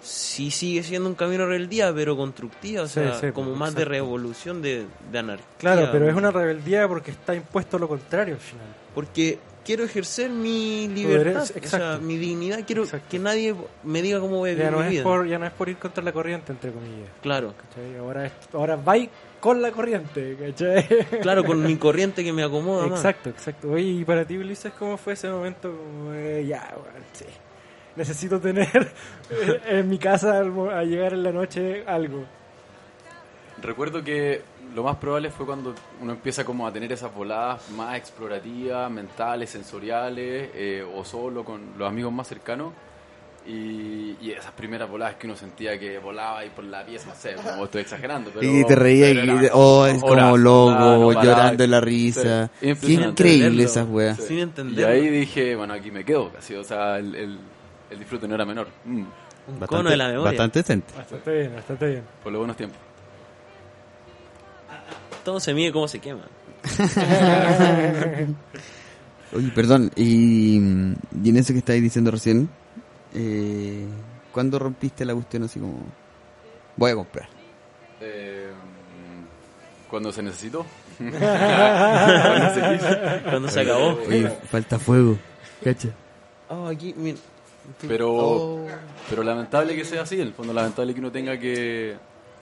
Speaker 5: sí sigue siendo un camino de rebeldía, pero constructiva, o
Speaker 3: Sí,
Speaker 5: sea,
Speaker 3: sí, pues,
Speaker 5: como más de
Speaker 3: exacto.
Speaker 5: revolución, de, de anarquía.
Speaker 3: Claro, pero es una rebeldía porque está impuesto lo contrario al final.
Speaker 5: porque quiero ejercer mi
Speaker 3: derecho,
Speaker 5: libertad, o sea,
Speaker 3: exacto.
Speaker 5: mi dignidad, quiero
Speaker 3: Exacto.
Speaker 5: que nadie me diga cómo voy a
Speaker 3: Ya
Speaker 5: vivir
Speaker 3: no,
Speaker 5: mi
Speaker 3: es
Speaker 5: vida.
Speaker 3: por, ya no es por ir contra la corriente, entre comillas.
Speaker 5: Claro,
Speaker 3: ¿cachai? Ahora, es- ahora vais con la corriente, ¿cachai?
Speaker 5: claro, con mi corriente que me acomoda más.
Speaker 3: exacto, exacto. Oye, y para ti, Ulises, ¿cómo fue ese momento? Como, eh, ya, bueno, sí. Necesito tener eh, en mi casa al mo- a llegar en la noche algo.
Speaker 6: Recuerdo que lo más probable fue cuando uno empieza como a tener esas voladas más explorativas, mentales, sensoriales, eh, o solo con los amigos más cercanos. Y, y esas primeras voladas que uno sentía que volaba ahí por la pieza, no sé, como estoy exagerando. Pero,
Speaker 4: y te reía y,
Speaker 6: pero era
Speaker 4: oh, es como
Speaker 6: horas,
Speaker 4: loco,
Speaker 6: ah, no paraba.
Speaker 4: llorando en la risa.
Speaker 6: Sí,
Speaker 4: Qué
Speaker 6: impresionante.
Speaker 4: increíble
Speaker 5: Verlo.
Speaker 4: esas weas.
Speaker 5: Sin
Speaker 6: Y
Speaker 5: entender.
Speaker 6: ahí dije, bueno, aquí me quedo casi, o sea, el, el- el disfrute no era menor. Mm,
Speaker 5: un cono de la memoria.
Speaker 4: bastante decente.
Speaker 3: Bastante bien, bastante bien.
Speaker 6: por los buenos tiempos.
Speaker 5: Todo se mide cómo se quema.
Speaker 4: Oye, perdón, y, mm, y en eso que estáis diciendo recién, eh, ¿cuándo rompiste la cuestión así como, voy a comprar?
Speaker 6: Eh, cuando se necesitó. Cuando se quiso.
Speaker 5: Cuando se acabó.
Speaker 4: Oye, falta fuego, cacha.
Speaker 5: Oh, aquí, mira.
Speaker 4: Oh,
Speaker 6: Pero, pero lamentable que sea así, en el fondo lamentable que uno tenga que,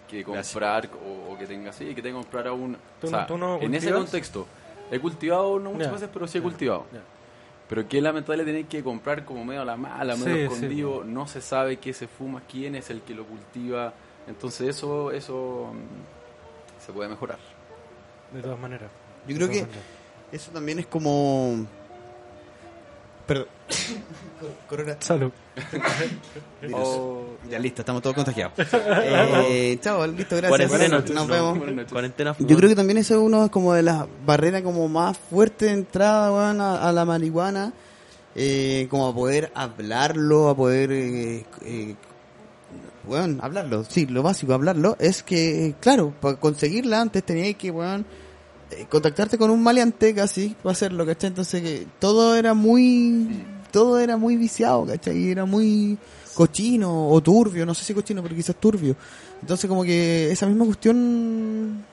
Speaker 6: que comprar o, o que tenga sí, que tenga que comprar aún.
Speaker 3: ¿Tú
Speaker 6: o
Speaker 3: no-
Speaker 6: sea,
Speaker 3: tú no
Speaker 6: en ese
Speaker 3: cultivas?
Speaker 6: contexto, he cultivado no muchas
Speaker 3: Ya,
Speaker 6: veces, pero sí he cultivado. Pero qué lamentable tener que comprar como medio a la mala, medio
Speaker 3: Sí, sí.
Speaker 6: escondido, no se sabe qué se fuma, quién es el que lo cultiva. Entonces eso eso mm, se puede mejorar.
Speaker 3: De todas maneras.
Speaker 4: Yo creo
Speaker 3: De todas
Speaker 4: que
Speaker 3: maneras.
Speaker 4: eso también es como... Perdón. Cor- Corona.
Speaker 3: Salud.
Speaker 4: Virus. Ya listo, estamos todos contagiados. Eh, chao, listo, gracias.
Speaker 5: Cuarentena.
Speaker 4: Nos vemos.
Speaker 6: Buenas noches.
Speaker 5: Cuarentena
Speaker 4: Yo creo que también eso es uno como de las barreras como más fuerte de entrada weón, a, a la marihuana, eh, como a poder hablarlo, a poder, eh, eh, weón, hablarlo, sí, lo básico, hablarlo, es que, claro, para conseguirla antes tenías que, weón, eh, contactarte con un maleante casi para hacerlo, ¿cachai? Entonces que todo era muy, todo era muy viciado, ¿cachai? Y era muy cochino o turbio, no sé si cochino, pero quizás turbio. Entonces como que esa misma cuestión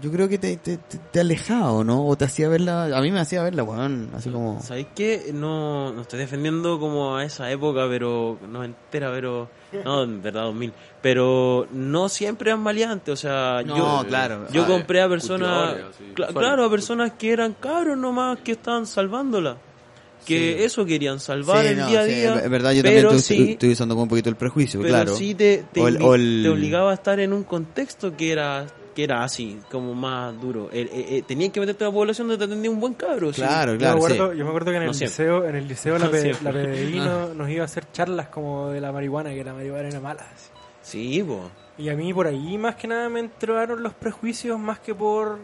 Speaker 4: yo creo que te, te, te, te alejaba, ¿o ¿no? O te hacía verla, a mí me hacía verla, weón, así como...
Speaker 5: ¿Sabéis qué? No, no estoy defendiendo como a esa época, pero no entera, pero no, en verdad 2000, pero no siempre eran maleantes, o sea,
Speaker 4: No,
Speaker 5: yo
Speaker 4: claro.
Speaker 5: yo
Speaker 6: Ah,
Speaker 5: compré a
Speaker 6: eh,
Speaker 5: personas,
Speaker 6: cultivadores, así,
Speaker 5: cla-
Speaker 6: usuarios.
Speaker 5: claro, a personas que eran cabros nomás que estaban salvándola. Que eso querían salvar
Speaker 4: Sí,
Speaker 5: el
Speaker 4: no,
Speaker 5: día a
Speaker 4: sí,
Speaker 5: día.
Speaker 4: Es verdad, yo también
Speaker 5: pero
Speaker 4: estoy,
Speaker 5: sí,
Speaker 4: estoy usando como un poquito el prejuicio,
Speaker 5: pero
Speaker 4: claro.
Speaker 5: sí te, te,
Speaker 4: O el-
Speaker 5: obli-
Speaker 4: o el-
Speaker 5: te obligaba a estar en un contexto que era que era así, como más duro. El- eh, eh, tenían que meterte a la población donde te atendía un buen cabro. sí.
Speaker 4: Claro,
Speaker 3: yo, me
Speaker 4: claro,
Speaker 3: acuerdo,
Speaker 4: sí.
Speaker 3: yo me acuerdo que en el
Speaker 5: No siempre.
Speaker 3: liceo, en el liceo la,
Speaker 5: No
Speaker 3: pe-
Speaker 5: siempre.
Speaker 3: la PDI no- nos iba a hacer charlas como de la marihuana, que la marihuana era mala. así.
Speaker 5: Sí, po.
Speaker 3: Y a mí por ahí más que nada me entraron los prejuicios más que por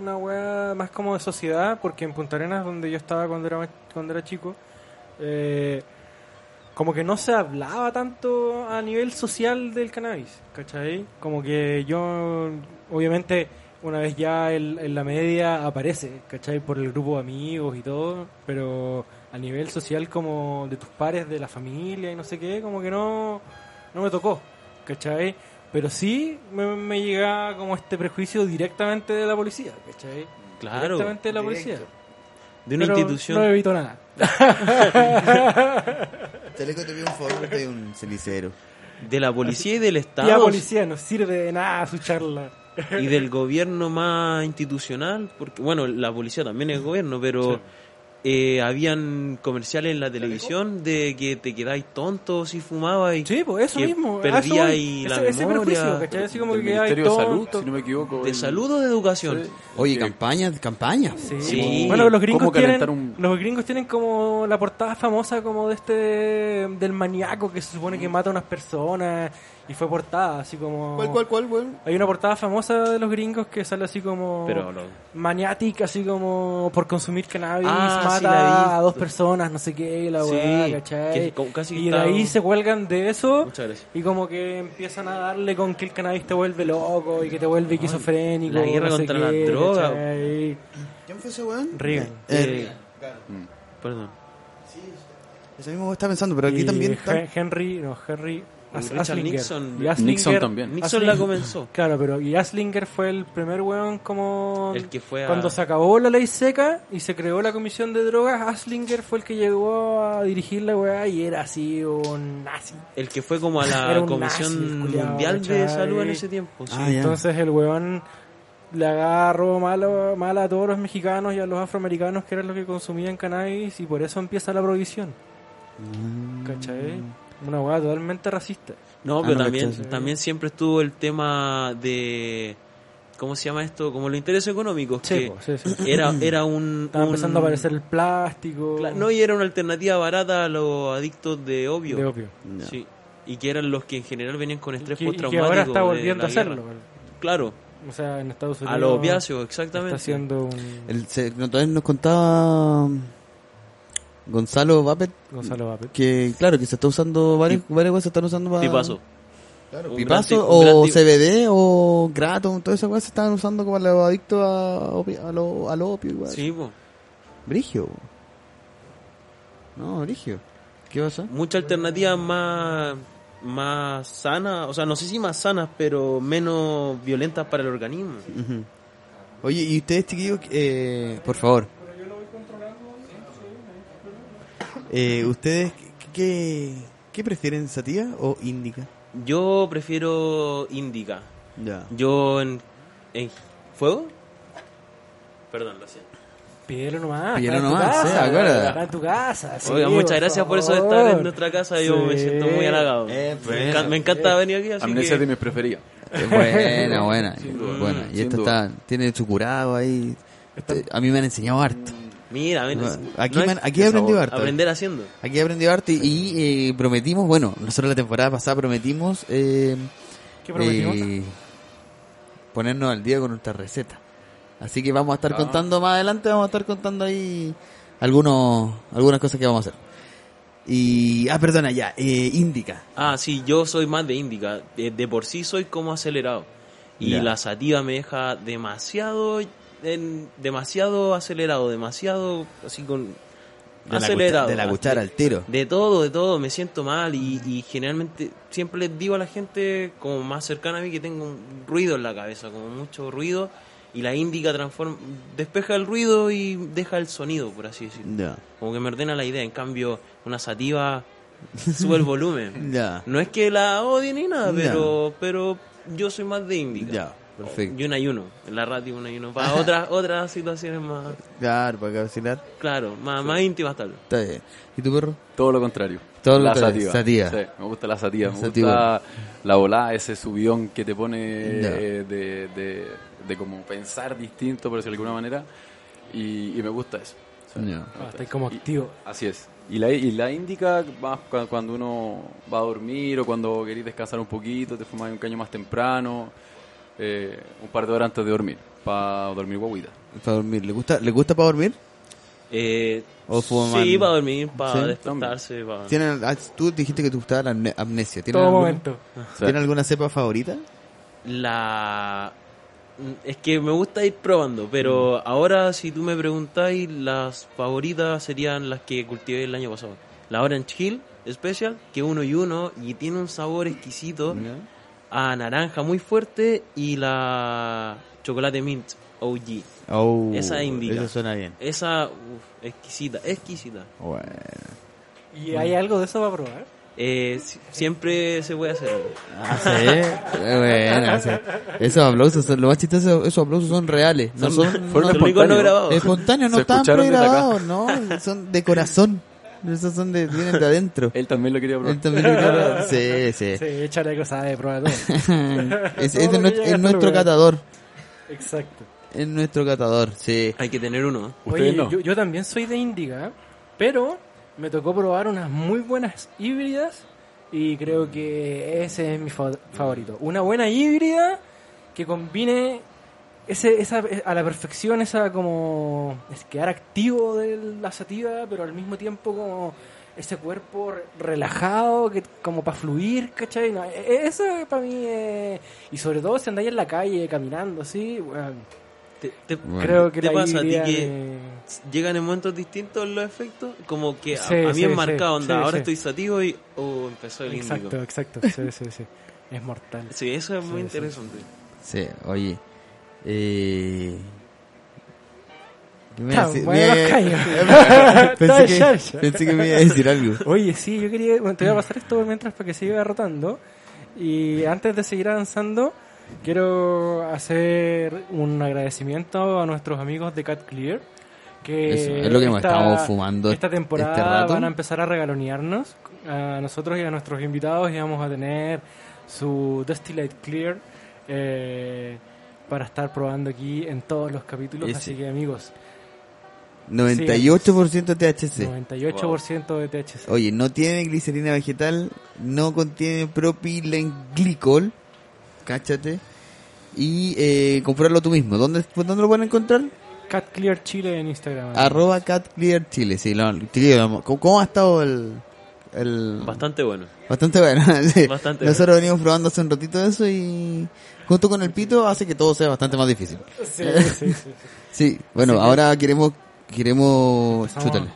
Speaker 3: una weá más como de sociedad, porque en Punta Arenas, donde yo estaba cuando era, más- cuando era chico, eh, como que no se hablaba tanto a nivel social del cannabis, ¿cachai? Como que yo, obviamente, una vez ya en, en la media aparece, ¿cachai? Por el grupo de amigos y todo, pero a nivel social como de tus pares, de la familia y no sé qué, como que no, no me tocó, ¿cachai? Pero sí me, me llegaba como este prejuicio directamente de la policía, ¿cachai?
Speaker 5: Claro.
Speaker 3: Directamente de la policía.
Speaker 5: De una
Speaker 3: Pero
Speaker 5: institución.
Speaker 3: No evito nada.
Speaker 4: Chaleco, te pido un favor, te doy un cenicero.
Speaker 5: De la policía y del Estado.
Speaker 3: La policía no sirve de nada su charla.
Speaker 5: Y del gobierno más institucional. Porque, bueno, la policía también es gobierno, pero. eh, habían comerciales en la televisión de que te quedáis tonto si fumabas y
Speaker 3: Sí, pues eso
Speaker 5: que
Speaker 3: mismo.
Speaker 5: perdía
Speaker 3: a eso voy.
Speaker 5: ahí la
Speaker 3: ese, ese
Speaker 5: memoria.
Speaker 3: prejuicio, ¿cachai? Así como
Speaker 6: Del
Speaker 3: que hay
Speaker 6: Ministerio de Salud,
Speaker 3: tonto.
Speaker 6: si no me equivoco.
Speaker 5: de
Speaker 6: el-
Speaker 5: salud o de educación.
Speaker 6: Sí.
Speaker 4: Oye,
Speaker 6: Que-
Speaker 4: campañas, campañas.
Speaker 3: Sí.
Speaker 5: Sí.
Speaker 3: Bueno, los gringos
Speaker 6: ¿Cómo
Speaker 3: tienen
Speaker 6: calentar un-
Speaker 3: los gringos tienen como la portada famosa como de este del maníaco que se supone
Speaker 5: Mm.
Speaker 3: que mata a unas personas y fue portada así como
Speaker 4: cuál, weón?
Speaker 3: Hay una portada famosa de los gringos que sale así como
Speaker 5: Pero no.
Speaker 3: Eh, maniática, así como por consumir cannabis,
Speaker 5: Ah, sí, la he
Speaker 3: mata
Speaker 5: visto.
Speaker 3: a dos personas, no sé qué, y la
Speaker 5: Sí,
Speaker 3: weá, ¿cachai?
Speaker 5: que co- casi
Speaker 3: y de
Speaker 5: está-
Speaker 3: ahí se cuelgan de eso
Speaker 5: Muchas gracias.
Speaker 3: y como que empiezan a darle con que el cannabis te vuelve loco y que te vuelve esquizofrénico.
Speaker 5: la guerra
Speaker 3: no sé
Speaker 5: contra la
Speaker 3: qué,
Speaker 5: droga.
Speaker 3: ¿cachai?
Speaker 4: ¿Quién fue ese weón?
Speaker 3: Reagan.
Speaker 4: Eh,
Speaker 5: mm,
Speaker 3: Mm.
Speaker 5: Perdón.
Speaker 4: eso mismo estaba pensando, pero aquí
Speaker 3: Y
Speaker 4: también... está-
Speaker 3: Hen- Henry, no, Henry.
Speaker 5: Y
Speaker 3: As-
Speaker 5: Richard
Speaker 3: Aslinger.
Speaker 5: Nixon.
Speaker 3: Y Aslinger-
Speaker 6: Nixon también.
Speaker 5: Nixon
Speaker 3: Ah,
Speaker 5: la comenzó.
Speaker 3: Claro, pero y Aslinger fue el primer weón como...
Speaker 5: El que fue a-
Speaker 3: Cuando se acabó la ley seca y se creó la comisión de drogas, Aslinger fue el que llegó a dirigir la weá y era así un nazi.
Speaker 5: El que fue como a
Speaker 3: Era
Speaker 5: la
Speaker 3: un nazi,
Speaker 5: Comisión
Speaker 3: el culiao,
Speaker 5: Mundial de
Speaker 3: ¿cachai?
Speaker 5: Salud en ese tiempo. sí.
Speaker 4: Ah, ya.
Speaker 3: Entonces el weón le agarró malo, mal a todos los mexicanos y a los afroamericanos que eran los que consumían cannabis y por eso empieza la prohibición. ¿Cachai?
Speaker 5: Mm.
Speaker 3: Una weá totalmente racista.
Speaker 5: No,
Speaker 4: Ah,
Speaker 5: pero
Speaker 4: no
Speaker 5: también,
Speaker 4: caché.
Speaker 5: también siempre estuvo el tema de. ¿Cómo se llama esto? Como los intereses económicos.
Speaker 3: Sí,
Speaker 5: que
Speaker 3: po, sí, sí.
Speaker 5: Era, era un.
Speaker 3: Estaba
Speaker 5: un-
Speaker 3: empezando a aparecer el plástico.
Speaker 5: Cla- No, y era una alternativa barata a los adictos de opio.
Speaker 3: de opio.
Speaker 4: Mm.
Speaker 5: Sí. Y que eran los que en general venían con estrés
Speaker 3: Que,
Speaker 5: postraumático.
Speaker 3: que ahora
Speaker 5: de
Speaker 3: está volviendo a
Speaker 5: la
Speaker 3: hacerlo.
Speaker 5: guerra. Claro,
Speaker 3: O sea, en Estados Unidos.
Speaker 5: a los opiáceos,
Speaker 3: Está
Speaker 5: exactamente.
Speaker 3: haciendo un.
Speaker 4: El, se, no, todavía nos contaba mm, Gonzalo Vapet
Speaker 3: Gonzalo Vapet.
Speaker 4: que, claro, que se está usando varios, varias cosas se están usando para...
Speaker 5: Tipazo. Un gran
Speaker 4: Pipazo
Speaker 5: ti- un gran
Speaker 4: o
Speaker 5: ti-
Speaker 4: CBD o Graton, todas esas cosas se estaban usando como los adictos a, opi- a lo, al opio igual.
Speaker 5: Sí, po.
Speaker 4: Brigio. No, Brigio. ¿Qué pasa?
Speaker 5: muchas alternativas más más sanas, o sea, no sé si más sanas, pero menos violentas para el organismo.
Speaker 4: Ujú. Oye, ¿y ustedes, chiquillos, eh, por favor? Eh, ¿Ustedes qué, qué, qué prefieren, Satía o Índica?
Speaker 5: Yo prefiero indica.
Speaker 4: Ya.
Speaker 5: Yo en, en- fuego. Perdón, lo siento.
Speaker 3: Pídelo nomás.
Speaker 4: Pídelo
Speaker 3: está en tu
Speaker 4: nomás,
Speaker 3: casa,
Speaker 4: sí, acuérdate.
Speaker 3: Está en tu casa. sí,
Speaker 5: Oiga,
Speaker 3: por
Speaker 5: muchas gracias por eso de
Speaker 3: favor.
Speaker 5: estar en nuestra casa. Yo me
Speaker 3: Sí.
Speaker 5: siento muy halagado.
Speaker 4: Eh, pues.
Speaker 5: me, encanta, me encanta venir aquí. Así
Speaker 6: Amnesia
Speaker 5: que-
Speaker 6: es de mis preferidas.
Speaker 4: Es buena, buena.
Speaker 6: duda.
Speaker 4: buena. Y
Speaker 6: Sin
Speaker 4: esta
Speaker 6: duda.
Speaker 4: está, tiene su curado ahí. Te- A mí me han enseñado harto.
Speaker 5: Mira, ven, es-
Speaker 4: Aquí,
Speaker 5: no
Speaker 4: me
Speaker 5: es
Speaker 4: han- aquí he aprendido harto.
Speaker 5: aprender haciendo.
Speaker 4: Aquí he aprendido harto y, y, eh, prometimos, bueno, nosotros la temporada pasada prometimos, eh,
Speaker 3: ¿Qué prometimos?
Speaker 4: eh, ponernos al día con nuestra receta. Así que vamos a estar
Speaker 6: Ah.
Speaker 4: contando más adelante, vamos a estar contando ahí algunos, algunas cosas que vamos a hacer. Y, ah, perdona, ya, eh, Indica.
Speaker 5: Ah, sí, yo soy más de índica. De, de por sí soy como acelerado. Y
Speaker 4: Ya.
Speaker 5: la sativa me deja demasiado en- demasiado acelerado, demasiado así con
Speaker 4: De la, cuchara,
Speaker 5: acelerado. Ah,
Speaker 4: de la cuchara al tiro.
Speaker 5: De todo, de todo, me siento mal y, y generalmente siempre les digo a la gente como más cercana a mí que tengo un ruido en la cabeza, como mucho ruido y la índica transforma, despeja el ruido y deja el sonido, por así decirlo.
Speaker 4: Ya,
Speaker 5: Como que me ordena la idea, en cambio una sativa sube el volumen.
Speaker 4: ya,
Speaker 5: No es que la odie ni nada,
Speaker 4: Ah. Ya.
Speaker 5: pero, pero yo soy más de índica.
Speaker 4: ya, perfecto.
Speaker 5: Y un ayuno, en la radio un ayuno, para otras, otras situaciones más,
Speaker 4: Claro, para vacilar.
Speaker 5: claro, más, más íntimas tal vez.
Speaker 4: Está bien. ¿Y tu perro?
Speaker 6: Todo lo contrario.
Speaker 4: Todo lo
Speaker 6: la
Speaker 4: contrario, sativa.
Speaker 6: sativa. Sí, me gusta la sativa. Me
Speaker 4: Sativa.
Speaker 6: gusta la volada, ese subión que te pone
Speaker 4: Ya.
Speaker 6: eh, de, de, de como pensar distinto, por decirlo de alguna manera. Y, y me gusta eso. Sí,
Speaker 4: Ya.
Speaker 6: me gusta
Speaker 3: Ah, Estoy
Speaker 6: eso.
Speaker 3: como
Speaker 6: Y-
Speaker 3: activo.
Speaker 6: Así es. Y la, y la indica más cu- cuando uno va a dormir o cuando querés descansar un poquito, te fumas un caño más temprano, eh, un par de horas antes de dormir, para dormir guaguita.
Speaker 4: Para dormir. ¿Le gusta, ¿le gusta para dormir?
Speaker 5: Eh,
Speaker 4: O fuman.
Speaker 5: sí, para dormir, para
Speaker 4: Sí,
Speaker 5: despertarse, para...
Speaker 4: ¿Tienen, ah, tú dijiste que te gustaba la amne- amnesia. ¿Tienen,
Speaker 3: Todo
Speaker 4: alguna-
Speaker 3: momento.
Speaker 4: ¿tienen alguna cepa favorita?
Speaker 5: La... Es que me gusta ir probando,
Speaker 4: Mm.
Speaker 5: pero ahora si tú me preguntáis, las favoritas serían las que cultivé el año pasado. La Orange Hill Special, que es uno y uno, y tiene un sabor exquisito a naranja muy fuerte, y la Chocolate Mint OG.
Speaker 4: Oh,
Speaker 5: Esa indica.
Speaker 4: Eso suena bien.
Speaker 5: Esa, uf, exquisita, exquisita.
Speaker 4: Bueno.
Speaker 3: ¿Y hay algo de eso para probar?
Speaker 5: Eh, si- siempre se puede hacer algo.
Speaker 4: Ah, sí. Eh, bueno, sí. Esos aplausos, son- lo más chistoso, esos aplausos son reales. No son,
Speaker 5: Fueron
Speaker 4: no,
Speaker 5: los únicos no grabados.
Speaker 4: espontáneos, no
Speaker 6: Se
Speaker 4: están
Speaker 6: escucharon desde acá.
Speaker 4: pregrabados, no. Son de corazón. Esos son de, vienen de adentro.
Speaker 6: Él también lo quería probar.
Speaker 4: Él también lo grabó. sí, sí.
Speaker 3: Sí, chaleco sabe de probar todo.
Speaker 4: Es,
Speaker 3: Todo
Speaker 4: es de
Speaker 3: lo que llega
Speaker 4: nuestro- es
Speaker 3: hasta el
Speaker 4: nuestro
Speaker 3: lugar.
Speaker 4: catador.
Speaker 3: Exacto.
Speaker 4: Es nuestro catador, sí.
Speaker 5: Hay que tener uno. ¿eh?
Speaker 6: Ustedes
Speaker 3: Oye,
Speaker 6: no.
Speaker 3: yo, yo también soy de Índica, pero me tocó probar unas muy buenas híbridas y
Speaker 6: Mm.
Speaker 3: creo que ese es mi fa- favorito. Una buena híbrida que combine ese, esa, eh, a la perfección esa como es quedar activo de la sativa, pero al mismo tiempo como ese cuerpo re- relajado, que como para fluir, ¿cachai? No, e- eso para mí es... Y sobre todo si andáis en la calle caminando, ¿sí? Bueno,
Speaker 5: Te- te-
Speaker 4: Bueno.
Speaker 3: creo que
Speaker 5: ¿Te
Speaker 3: la
Speaker 5: pasa a ti
Speaker 3: híbrida
Speaker 5: que-
Speaker 3: de-
Speaker 5: llegan en momentos distintos los efectos, como que a,
Speaker 3: Sí,
Speaker 5: a mí
Speaker 3: sí,
Speaker 5: es marcado,
Speaker 3: sí,
Speaker 5: onda,
Speaker 3: sí,
Speaker 5: ahora
Speaker 3: sí.
Speaker 5: estoy sativo y oh, empezó el
Speaker 3: Exacto,
Speaker 5: índigo.
Speaker 3: exacto. Sí, sí, sí. Es mortal.
Speaker 5: Sí, eso es muy
Speaker 3: Sí,
Speaker 5: interesante.
Speaker 4: Sí, oye. Eh... ¿Qué me
Speaker 3: Tan
Speaker 4: iba a decir?
Speaker 3: bueno,
Speaker 4: Me-
Speaker 3: caigo. Todo
Speaker 4: pensé, que,
Speaker 3: charcha.
Speaker 4: pensé que me iba a decir algo.
Speaker 3: Oye, sí, pues. yo quería. bueno, te voy a pasar esto mientras para que siga rotando. Y antes de seguir avanzando, quiero hacer un agradecimiento a nuestros amigos de Cat Clear. Que
Speaker 4: Eso, es lo que hemos
Speaker 3: esta-
Speaker 4: estado fumando
Speaker 3: Esta temporada
Speaker 4: este rato.
Speaker 3: van a empezar a regalonearnos a nosotros y a nuestros invitados. Y vamos a tener su Destillate Clear eh, para estar probando aquí en todos los capítulos.
Speaker 4: Ese.
Speaker 3: Así que, amigos,
Speaker 4: 98% THC.
Speaker 3: 98% de THC.
Speaker 4: Oye, no tiene glicerina vegetal, no contiene propilenglicol. Cáchate. Y eh, comprarlo tú mismo. ¿Dónde, ¿Dónde lo pueden encontrar?
Speaker 3: Cat Clear Chile en Instagram.
Speaker 4: Arroba CatClear Chile. Sí, lo- chiquillos, vamos. ¿cómo, cómo ha estado el... el...
Speaker 5: Bastante bueno.
Speaker 4: Bastante bueno. sí.
Speaker 5: Bastante
Speaker 4: Nosotros venimos probando hace un ratito eso y junto con el pito hace que todo sea bastante más difícil.
Speaker 3: Sí, sí, sí, sí.
Speaker 4: Sí, bueno,
Speaker 3: Así que-
Speaker 4: ahora queremos queremos
Speaker 3: Empezamos.
Speaker 4: chútale.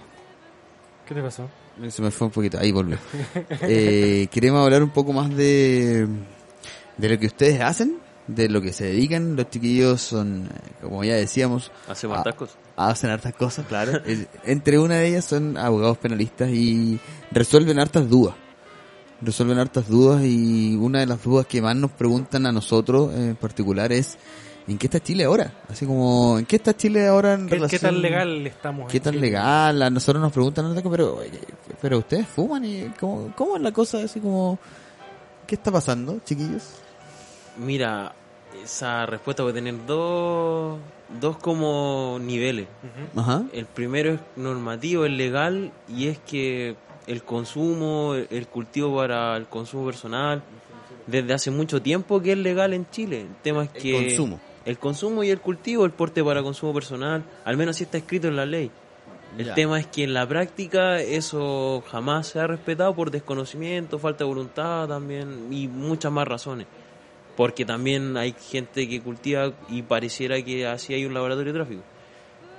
Speaker 3: ¿Qué te pasó?
Speaker 4: Se me fue un poquito, ahí volvió. Eh, queremos hablar un poco más de de lo que ustedes hacen, de lo que se dedican. Los chiquillos son, eh, como ya decíamos,
Speaker 5: Hacemos
Speaker 4: Ah.
Speaker 5: hartas cosas.
Speaker 4: hacen hartas cosas, claro. Eh, Entre una de ellas son abogados penalistas y resuelven hartas dudas. resuelven hartas dudas y una de las dudas que más nos preguntan a nosotros eh, en particular es ¿en qué está Chile ahora? Así como ¿en qué está Chile ahora en
Speaker 3: ¿Qué, qué
Speaker 4: relación-
Speaker 3: tan legal estamos?
Speaker 4: ¿Qué
Speaker 3: en
Speaker 4: tan
Speaker 3: Chile?
Speaker 4: legal? A nosotros nos preguntan, harto, pero, oye, pero ustedes fuman y ¿cómo, cómo es la cosa? Así como ¿qué está pasando, chiquillos?
Speaker 5: Mira, esa respuesta puede tener dos, dos como niveles.
Speaker 4: Ajá.
Speaker 5: El primero es normativo, es legal, y es que el consumo, el cultivo para el consumo personal, desde hace mucho tiempo que es legal en Chile. El tema es
Speaker 4: El
Speaker 5: que...
Speaker 4: consumo.
Speaker 5: El consumo y el cultivo, el porte para consumo personal, al menos así está escrito en la ley. El
Speaker 4: Ya.
Speaker 5: tema es que en la práctica eso jamás se ha respetado por desconocimiento, falta de voluntad también y muchas más razones. Porque también hay gente que cultiva y pareciera que así hay un laboratorio de tráfico.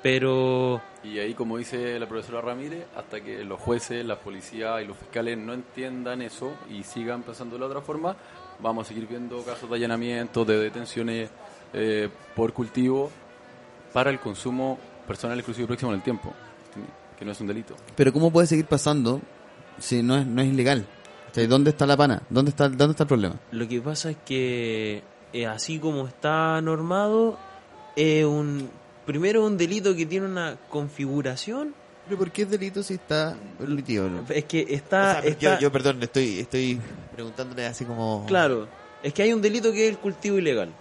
Speaker 5: Pero
Speaker 6: Y ahí, como dice la profesora Ramírez, hasta que los jueces, la policía y los fiscales no entiendan eso y sigan pensando de la otra forma, vamos a seguir viendo casos de allanamiento, de detenciones eh, por cultivo para el consumo personal exclusivo y próximo en el tiempo, que no es un delito.
Speaker 4: Pero ¿cómo puede seguir pasando si no es, no es ilegal? O sea, ¿Dónde está la pana? ¿Dónde está, dónde está el problema?
Speaker 5: Lo que pasa es que eh, así como está normado, es un primero un delito que tiene una configuración,
Speaker 4: ¿Pero por qué es delito si está permitido?
Speaker 5: es que está, Ah, está-
Speaker 4: perdón, le estoy, estoy preguntándole así como...
Speaker 5: claro, es que hay un delito que es el cultivo ilegal.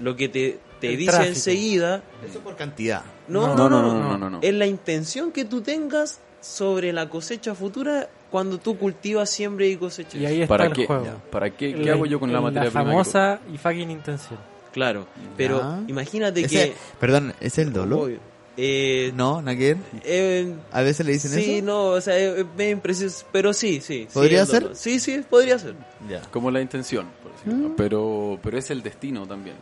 Speaker 5: Lo que te, te
Speaker 3: El
Speaker 5: dice
Speaker 3: tráfico.
Speaker 5: enseguida,
Speaker 4: Eso por cantidad.
Speaker 5: no,
Speaker 6: No,
Speaker 5: no,
Speaker 6: no,
Speaker 5: no,
Speaker 6: no, no, no, no.
Speaker 5: es la intención que tú tengas sobre la cosecha futura cuando tú cultivas, siembra y cosechas.
Speaker 3: Y ahí está
Speaker 6: ¿Para
Speaker 3: el
Speaker 6: qué,
Speaker 3: juego.
Speaker 6: ¿Para qué? ¿Qué
Speaker 3: La-
Speaker 6: hago yo con la materia prima que
Speaker 3: famosa y fucking intención.
Speaker 5: Claro, pero
Speaker 4: Ya.
Speaker 5: imagínate
Speaker 4: Ese-
Speaker 5: que
Speaker 4: Perdón, ¿es el dolor?
Speaker 5: Obvio. Eh,
Speaker 4: No, Naguer.
Speaker 5: eh,
Speaker 4: A veces le dicen
Speaker 5: Sí,
Speaker 4: eso.
Speaker 5: no, o sea, eh, es es medio impreciso, pero sí, sí. sí,
Speaker 4: ¿Podría
Speaker 5: el dolor.
Speaker 4: ser?
Speaker 5: Sí, sí, podría ser.
Speaker 4: Ya.
Speaker 6: como la intención, por decirlo. pero pero es el destino también,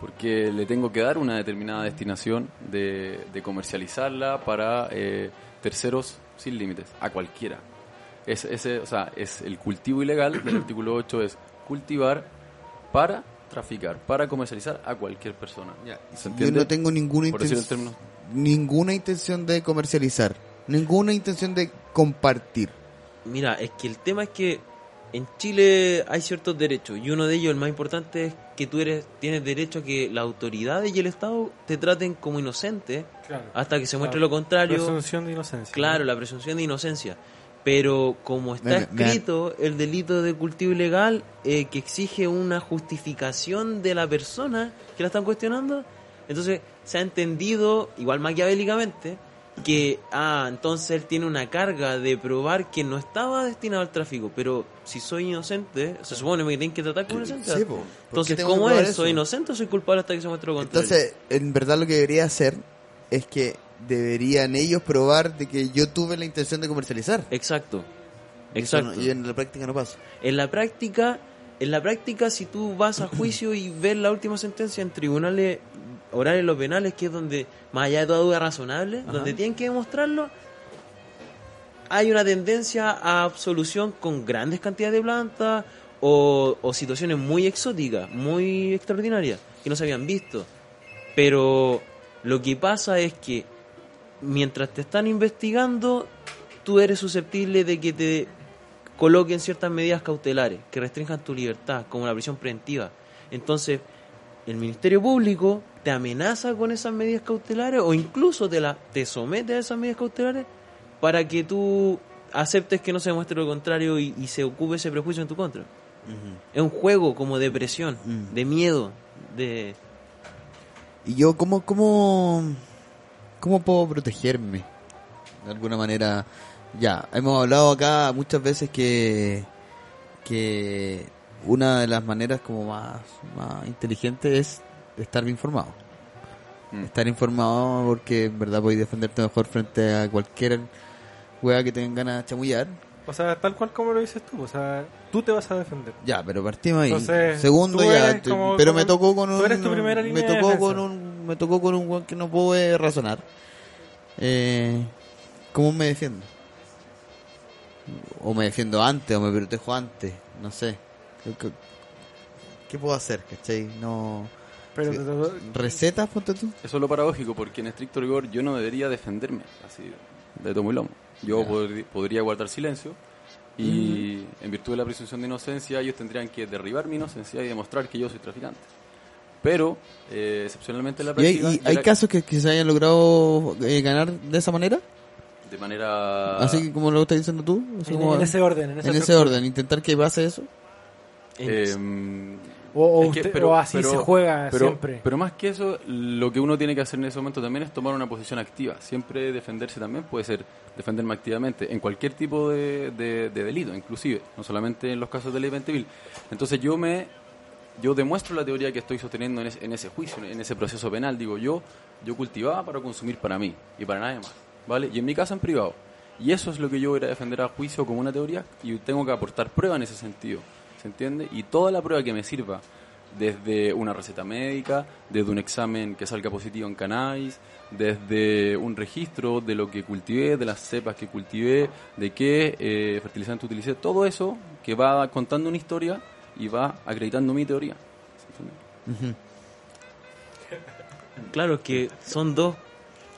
Speaker 6: porque le tengo que dar una determinada destinación de, de comercializarla para eh, terceros sin límites, a cualquiera. Es, ese, o sea, es el cultivo ilegal del artículo 8 es cultivar para traficar, para comercializar a cualquier persona. ¿Se
Speaker 4: Yo
Speaker 6: entiende?
Speaker 4: no tengo ninguna
Speaker 6: Por decirlo en
Speaker 4: intención,
Speaker 6: términos-
Speaker 4: ninguna intención de comercializar, ninguna intención de compartir.
Speaker 5: Mira, es que el tema es que en Chile hay ciertos derechos y uno de ellos, el más importante, es que tú eres tienes derecho a que las autoridades y el Estado te traten como inocente
Speaker 3: Claro.
Speaker 5: hasta que se muestre
Speaker 3: Claro.
Speaker 5: lo contrario.
Speaker 3: Presunción de inocencia.
Speaker 5: Claro, la presunción de inocencia. Pero como está
Speaker 4: Me- me-
Speaker 5: escrito el delito de cultivo ilegal eh, que exige una justificación de la persona que la están cuestionando, entonces se ha entendido, igual maquiavélicamente, que, ah, entonces él tiene una carga de probar que no estaba destinado al tráfico, pero si soy inocente, se supone que me tienen que tratar como inocente.
Speaker 4: Sí, po. ¿Por qué
Speaker 5: entonces,
Speaker 4: tengo que
Speaker 5: ¿cómo
Speaker 4: probar
Speaker 5: es?
Speaker 4: eso?
Speaker 5: ¿Soy inocente o soy culpable hasta que se muestre lo contrario?
Speaker 4: Entonces, en verdad lo que debería hacer es que deberían ellos probar de que yo tuve la intención de comercializar.
Speaker 5: Exacto.
Speaker 4: Y eso
Speaker 5: Exacto.
Speaker 4: no- y en la práctica no pasa.
Speaker 5: En la práctica, en la práctica, si tú vas a juicio y ves la última sentencia en tribunales orales los penales, que es donde, más allá de toda duda razonable, donde tienen que demostrarlo, hay una tendencia a absolución con grandes cantidades de plantas o, o situaciones muy exóticas, muy extraordinarias, que no se habían visto. Pero lo que pasa es que mientras te están investigando, tú eres susceptible de que te coloquen ciertas medidas cautelares que restrinjan tu libertad, como la prisión preventiva. Entonces, el Ministerio Público te amenaza con esas medidas cautelares o incluso te, la, te somete a esas medidas cautelares para que tú aceptes que no se demuestre lo contrario y, y se ocupe ese prejuicio en tu contra. Es un juego como de presión,
Speaker 4: Mm.
Speaker 5: de miedo, de...
Speaker 4: Y yo, ¿cómo, cómo, cómo puedo protegerme? De alguna manera, ya, hemos hablado acá muchas veces que, que una de las maneras como más, más inteligente es estar bien informado.
Speaker 6: Mm.
Speaker 4: Estar informado porque en verdad podéis defenderte mejor frente a cualquier wea que tengan ganas de chamullar.
Speaker 3: O sea, tal cual como lo dices tú. O sea, tú te vas a defender.
Speaker 4: Ya, pero partimos ahí.
Speaker 3: Entonces,
Speaker 4: Segundo
Speaker 3: tú
Speaker 4: ya,
Speaker 3: eres
Speaker 4: te-
Speaker 3: como-
Speaker 4: pero
Speaker 3: como-
Speaker 4: me tocó con
Speaker 3: tú
Speaker 4: un
Speaker 3: eres tu primera línea
Speaker 4: me
Speaker 3: de
Speaker 4: tocó
Speaker 3: defensa.
Speaker 4: con un me tocó con un weón que no puede razonar. Eh, ¿cómo me defiendo? O me defiendo antes o me protejo antes, no sé. ¿Qué, qué- qué puedo hacer, cachai? No
Speaker 3: Pero
Speaker 4: Sí.
Speaker 3: te trató-
Speaker 4: recetas ponte tú.
Speaker 6: Eso es lo paradójico, porque en estricto rigor yo no debería defenderme así de tomo y lomo. Yo podri- podría guardar silencio Y en virtud de la presunción de inocencia, ellos tendrían que derribar mi inocencia y demostrar que yo soy traficante. Pero, eh, excepcionalmente en la
Speaker 4: ¿Y hay,
Speaker 6: práctica...
Speaker 4: y
Speaker 6: yo
Speaker 4: hay
Speaker 6: era-
Speaker 4: casos que, que se hayan logrado eh, ganar de esa manera?
Speaker 6: De manera...
Speaker 4: Así que como lo estás diciendo tú. o sea,
Speaker 3: En,
Speaker 4: como-
Speaker 3: en ese orden. En ese,
Speaker 4: en ese
Speaker 3: estructura.
Speaker 4: orden, intentar que pase eso.
Speaker 6: em,
Speaker 3: O, o
Speaker 6: Es que,
Speaker 3: usted-
Speaker 6: pero-
Speaker 3: o así
Speaker 6: pero-
Speaker 3: se juega
Speaker 6: pero-
Speaker 3: siempre.
Speaker 6: Pero más que eso, lo que uno tiene que hacer en ese momento también es tomar una posición activa. Siempre defenderse también puede ser defenderme activamente en cualquier tipo de, de- de delito, inclusive, no solamente en los casos de ley 20.000. Entonces yo me yo demuestro la teoría que estoy sosteniendo en ese, en ese juicio, en ese proceso penal. Digo, yo, yo cultivaba para consumir para mí y para nadie más, ¿vale? Y en mi casa en privado. Y eso es lo que yo voy a defender a juicio como una teoría y tengo que aportar prueba en ese sentido, ¿se entiende? Y toda la prueba que me sirva, desde una receta médica, desde un examen que salga positivo en cannabis, desde un registro de lo que cultivé, de las cepas que cultivé, de qué eh, fertilizante utilicé, todo eso que va contando una historia y va acreditando mi teoría. ¿se entiende?
Speaker 5: Claro, es que son dos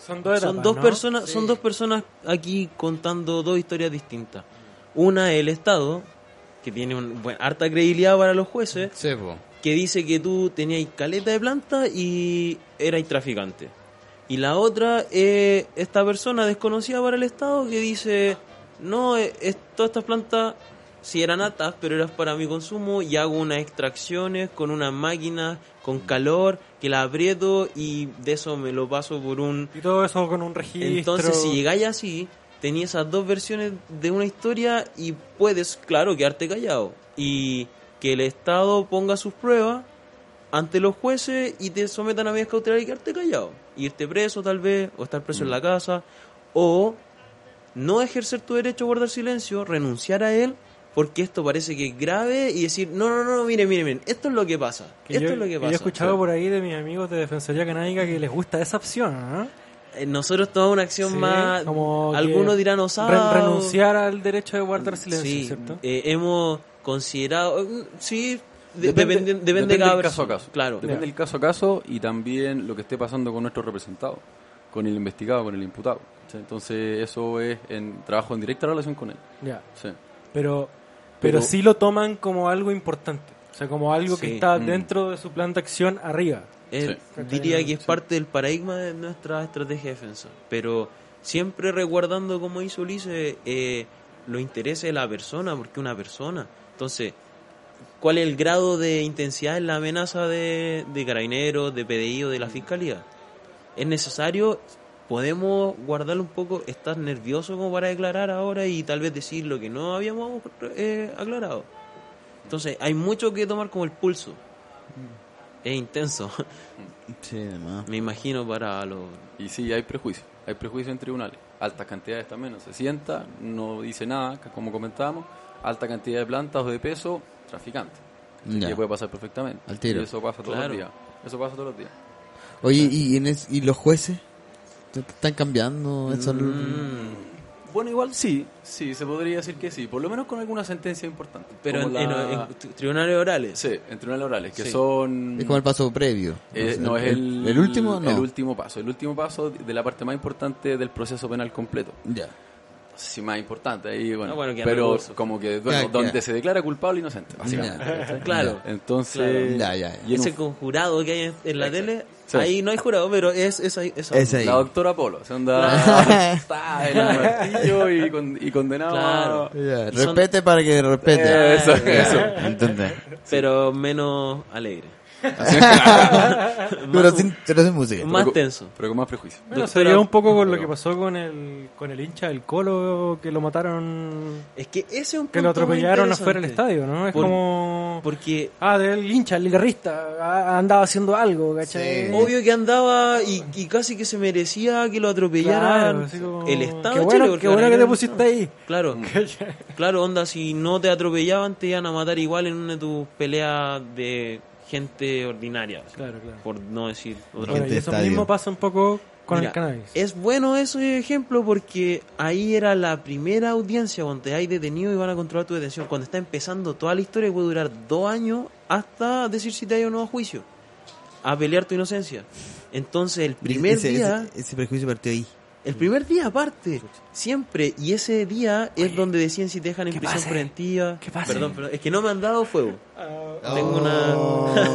Speaker 3: son
Speaker 5: son dos personas son dos personas aquí contando dos historias distintas una el estado que tiene un, buen- harta credibilidad para los jueces que dice que tú tenías caleta de planta y eras traficante y la otra eh, esta persona desconocida para el estado que dice no eh, es- todas estas plantas si eran atas pero eran para mi consumo y hago unas extracciones con unas máquinas con calor que las aprieto y de eso me lo paso por un
Speaker 3: Y todo eso con un registro.
Speaker 5: entonces, si llegáis así, tenías esas dos versiones de una historia y puedes, claro, quedarte callado. Y que el Estado ponga sus pruebas ante los jueces y te sometan a medidas cautelares y quedarte callado. Irte preso, tal vez, o estar preso en
Speaker 3: Mm.
Speaker 5: la casa, o no ejercer tu derecho a guardar silencio, renunciar a él. Porque esto parece que es grave y decir, no, no, no, no, miren, miren, miren, esto es lo que pasa.
Speaker 3: que
Speaker 5: esto
Speaker 3: yo,
Speaker 5: es lo que
Speaker 3: que
Speaker 5: pasa.
Speaker 3: yo he escuchado por ahí de mis amigos de Defensoría Canábica que les gusta esa opción. ¿ah?
Speaker 5: Eh, Nosotros tomamos una acción
Speaker 3: Sí,
Speaker 5: más.
Speaker 3: como
Speaker 5: algunos
Speaker 3: que
Speaker 5: dirán osada.
Speaker 3: re-
Speaker 5: o-
Speaker 3: renunciar al derecho de guardar silencio,
Speaker 5: Sí,
Speaker 3: ¿cierto?
Speaker 5: eh, hemos considerado. mm, Sí, de-
Speaker 6: Depende-
Speaker 5: depende, depende,
Speaker 6: depende
Speaker 5: de cada
Speaker 6: del caso a
Speaker 5: persona,
Speaker 6: caso.
Speaker 5: Claro.
Speaker 6: Depende del caso a caso y también lo que esté pasando con nuestro representado, con el investigado, con el imputado. ¿sí? Entonces, eso es en trabajo en directa relación con él.
Speaker 3: Ya.
Speaker 6: ¿sí?
Speaker 3: Pero, pero,
Speaker 6: Pero-
Speaker 3: sí lo toman como algo importante. O sea, como algo que
Speaker 5: Sí.
Speaker 3: está
Speaker 6: Mm.
Speaker 3: dentro de su plan de acción arriba.
Speaker 5: Eh,
Speaker 6: Sí.
Speaker 5: Diría que es parte del paradigma de nuestra estrategia de defensa. Pero siempre resguardando, como hizo Ulises, eh, los intereses de la persona, porque una persona. Entonces, ¿cuál es el grado de intensidad en la amenaza de, de carabineros, de PDI o de la fiscalía? ¿Es necesario? ¿Podemos guardarlo un poco? ¿Estás nervioso como para declarar ahora y tal vez decir lo que no habíamos eh, aclarado? Entonces, hay mucho que tomar como el pulso. Es intenso.
Speaker 4: Sí, además.
Speaker 5: Me imagino para los...
Speaker 6: Y sí, hay prejuicio. Hay prejuicio en tribunales. Altas cantidades también. No se sienta, no dice nada, que como comentábamos. Alta cantidad de plantas o de peso, traficante. Así
Speaker 4: Ya.
Speaker 6: que puede pasar perfectamente.
Speaker 4: Al tiro.
Speaker 6: Y eso pasa todos
Speaker 5: Claro.
Speaker 6: los días. Eso pasa todos los días.
Speaker 4: Oye, ¿y, en es- y los jueces? ¿Te- te ¿Están cambiando? Eso-
Speaker 6: Bueno, igual sí, sí, se podría decir que sí, por lo menos con alguna sentencia importante.
Speaker 5: Pero en,
Speaker 6: Como
Speaker 5: en-
Speaker 6: la-
Speaker 5: en tri- tribunales orales.
Speaker 6: Sí, en tribunales orales, que
Speaker 5: Sí.
Speaker 6: son...
Speaker 4: Es como el paso previo.
Speaker 6: Mm. Eh, no, es el,
Speaker 4: ¿El último? No.
Speaker 6: El último paso, el último paso de la parte más importante del proceso penal completo.
Speaker 4: Ya.
Speaker 6: No sé si más importante, ahí, bueno,
Speaker 5: Ah, bueno, quedan
Speaker 6: pero
Speaker 5: recursos.
Speaker 6: como que, bueno,
Speaker 4: Ya,
Speaker 6: donde
Speaker 4: ya.
Speaker 6: se declara culpable o inocente, básicamente.
Speaker 4: Ya.
Speaker 5: Claro.
Speaker 6: Entonces,
Speaker 4: Ya, ya, ya.
Speaker 6: y en
Speaker 5: Ese
Speaker 6: un-
Speaker 5: conjurado que hay en, en la
Speaker 6: Exacto.
Speaker 5: tele,
Speaker 6: Sí.
Speaker 5: ahí no hay jurado, pero es, es ahí. Es
Speaker 4: Es ahí.
Speaker 6: la doctora Polo, se anda, está en el martillo y, con- y condenado
Speaker 5: Claro.
Speaker 6: a-
Speaker 4: Ya,
Speaker 5: Y son-
Speaker 4: Respete para que respete.
Speaker 6: Eh, eso, eso.
Speaker 4: ¿Entendés?
Speaker 5: Pero menos alegre.
Speaker 4: Pero sin, pero sin música.
Speaker 5: Más
Speaker 6: Pero-
Speaker 5: tenso.
Speaker 6: pero con más prejuicio.
Speaker 3: Bueno,
Speaker 5: Doctora-
Speaker 3: sería un poco con lo que pasó con el, con el hincha del Colo que lo mataron,
Speaker 5: Es que ese es un punto
Speaker 3: que lo
Speaker 5: muy
Speaker 3: atropellaron afuera del
Speaker 5: interesante.
Speaker 3: estadio, ¿no? Es
Speaker 5: Por-
Speaker 3: como...
Speaker 5: Porque
Speaker 3: Ah, del hincha, el guitarrista, ah, andaba haciendo algo, ¿cachai?
Speaker 4: Sí.
Speaker 5: obvio que andaba y, y casi que se merecía que lo atropellaran
Speaker 3: Claro, así como-
Speaker 5: el Estado
Speaker 3: Qué
Speaker 5: de
Speaker 3: bueno,
Speaker 5: Chile, porque
Speaker 3: qué bueno que te
Speaker 5: Carabineros-
Speaker 3: pusiste ahí.
Speaker 5: Claro, claro, onda, si no te atropellaban te iban a matar igual en una de tus peleas de gente ordinaria,
Speaker 3: Claro, claro.
Speaker 5: por no decir otra
Speaker 3: Bueno,
Speaker 4: Gente
Speaker 3: y
Speaker 4: de
Speaker 3: eso
Speaker 4: estadio. eh,
Speaker 3: mismo pasa un poco con
Speaker 5: Mira,
Speaker 3: el cannabis.
Speaker 5: Es bueno ese ejemplo porque ahí era la primera audiencia donde hay detenido y van a controlar tu detención. Cuando está empezando toda la historia puede durar dos años hasta decir si te hay o no a juicio, a pelear tu inocencia. Entonces el primer
Speaker 4: ese,
Speaker 5: día...
Speaker 4: Ese, ese prejuicio partió ahí.
Speaker 5: El primer día aparte, siempre. Y ese día es donde deciden si te dejan en prisión preventiva.
Speaker 3: Que pase.
Speaker 5: Perdón, perdón, es que no me han dado fuego. Tengo
Speaker 4: una...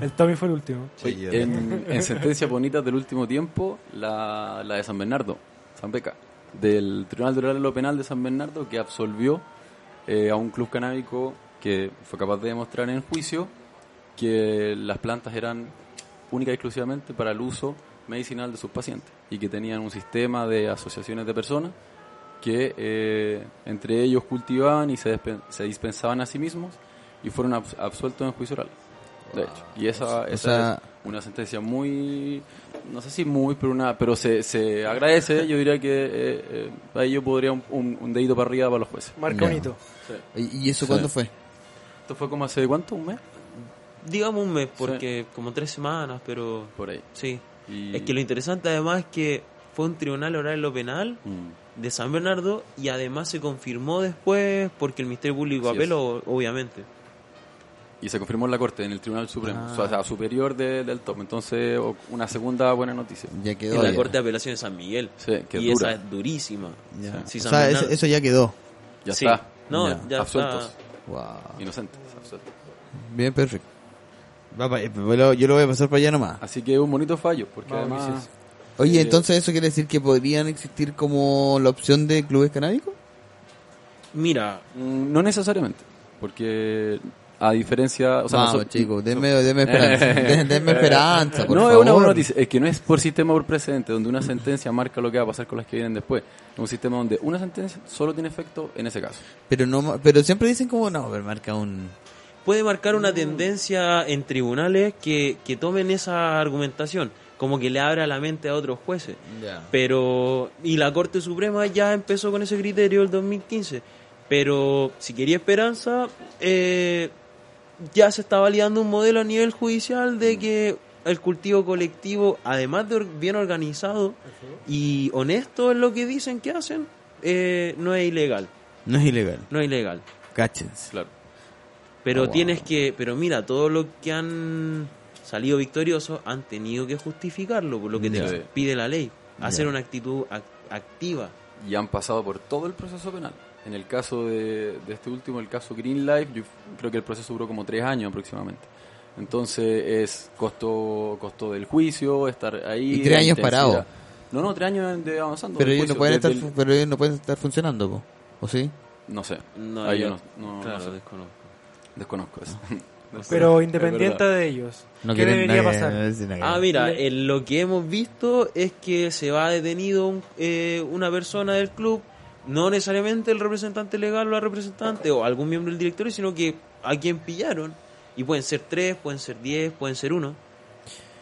Speaker 3: El Tommy fue el último.
Speaker 6: En, en sentencias bonitas del último tiempo, la, la de San Bernardo, San Beca, del Tribunal de lo Penal de San Bernardo, que absolvió eh, a un club canábico que fue capaz de demostrar en juicio que las plantas eran única y exclusivamente para el uso medicinal de sus pacientes y que tenían un sistema de asociaciones de personas que eh, entre ellos cultivaban y se, despe- se dispensaban a sí mismos y fueron abs- absueltos en juicio oral. De hecho, y esa, esa
Speaker 4: sea-
Speaker 6: es una sentencia muy, no sé si muy, pero una, pero se, se agradece, yo diría que eh, eh, ahí yo podría un, un, un dedito para arriba para los jueces.
Speaker 3: Marca
Speaker 4: Ya.
Speaker 3: bonito.
Speaker 4: ¿Y y eso
Speaker 6: Sí.
Speaker 4: cuándo fue?
Speaker 6: Esto fue como hace cuánto, un mes,
Speaker 5: digamos un mes, porque como tres semanas, pero
Speaker 6: por ahí.
Speaker 5: sí.
Speaker 6: Y-
Speaker 5: Es que lo interesante además es que fue un tribunal oral en lo penal
Speaker 6: Mm.
Speaker 5: de San Bernardo y además se confirmó después porque el Ministerio Público
Speaker 6: Así es.
Speaker 5: apeló, obviamente.
Speaker 6: Y se confirmó en la Corte, en el Tribunal Supremo,
Speaker 4: Ah.
Speaker 6: o sea, superior de- del top. Entonces, o- una segunda buena noticia.
Speaker 4: Ya
Speaker 5: En
Speaker 4: quedó.
Speaker 5: la
Speaker 4: ya.
Speaker 5: Corte de Apelación de San Miguel.
Speaker 6: Sí, que
Speaker 5: y
Speaker 6: dura.
Speaker 5: esa es durísima.
Speaker 4: Ya.
Speaker 5: Sí,
Speaker 4: o
Speaker 5: San
Speaker 4: sea,
Speaker 5: Bernardo.
Speaker 4: eso, eso ya quedó.
Speaker 6: Ya
Speaker 5: Sí.
Speaker 6: está.
Speaker 5: No, ya
Speaker 6: Absueltos.
Speaker 5: está.
Speaker 4: Wow.
Speaker 6: Inocentes, absueltos.
Speaker 4: Bien, perfecto. Va pa- eh, pues lo- yo lo voy a pasar para allá nomás.
Speaker 6: Así que un bonito fallo, porque
Speaker 3: Vamos,
Speaker 6: además...
Speaker 3: Ulises.
Speaker 4: Oye,
Speaker 6: Eh,
Speaker 4: entonces eso quiere decir que podrían existir como la opción de clubes canábicos?
Speaker 5: Mira,
Speaker 6: mm, No necesariamente, porque a diferencia... O sea,
Speaker 4: Vamos,
Speaker 6: nosotros-
Speaker 4: chicos, denme, denme esperanza. Den- denme esperanza, por
Speaker 6: no
Speaker 4: favor.
Speaker 6: es una buena noticia, es que no es por sistema por precedente, donde una sentencia marca lo que va a pasar con las que vienen después. Es un sistema donde una sentencia solo tiene efecto en ese caso.
Speaker 4: Pero, no, ma- pero siempre dicen como, no, pero marca un...
Speaker 5: puede marcar una tendencia en tribunales que, que tomen esa argumentación, como que le abra la mente a otros jueces. Pero, y la Corte Suprema ya empezó con ese criterio el 2015. Pero si quería esperanza, eh, ya se está validando un modelo a nivel judicial de que el cultivo colectivo, además de or- bien organizado y honesto en lo que dicen que hacen, eh, no es ilegal.
Speaker 4: No es ilegal.
Speaker 5: No es ilegal.
Speaker 4: Cáchense.
Speaker 6: Claro.
Speaker 5: Pero
Speaker 4: Oh, wow.
Speaker 5: tienes que, pero mira, todo lo que han salido victoriosos han tenido que justificarlo, por lo que te
Speaker 6: Ya.
Speaker 5: pide la ley. Hacer
Speaker 4: Ya.
Speaker 5: una actitud ac- activa.
Speaker 6: y han pasado por todo el proceso penal. En el caso de, de este último, el caso Green Life, yo creo que el proceso duró como tres años aproximadamente. Entonces es costo, costo del juicio, estar ahí.
Speaker 4: Y tres
Speaker 6: la
Speaker 4: años
Speaker 6: intensidad.
Speaker 4: parado.
Speaker 6: No, no, tres años de avanzando.
Speaker 4: Pero
Speaker 6: del
Speaker 4: ellos, no
Speaker 6: juicio,
Speaker 4: pueden
Speaker 6: desde
Speaker 4: estar,
Speaker 6: el-
Speaker 4: fu- pero ellos no pueden estar funcionando, po. ¿o sí?
Speaker 6: No sé.
Speaker 5: No,
Speaker 6: Ahí
Speaker 5: yo-
Speaker 6: yo no, no-
Speaker 5: claro,
Speaker 6: no sé.
Speaker 5: desconozco.
Speaker 6: desconozco eso.
Speaker 3: Pero
Speaker 6: Es
Speaker 3: independiente
Speaker 6: verdad.
Speaker 3: de ellos,
Speaker 4: No
Speaker 3: ¿qué
Speaker 4: quieren-
Speaker 3: debería
Speaker 4: no-
Speaker 3: pasar?
Speaker 4: no dicen nada.
Speaker 5: Ah, mira, eh, lo que hemos visto es que se va detenido un- eh, una persona del club, no necesariamente el representante legal o la representante o algún miembro del directorio, sino que a quien pillaron. Y pueden ser tres, pueden ser diez, pueden ser uno.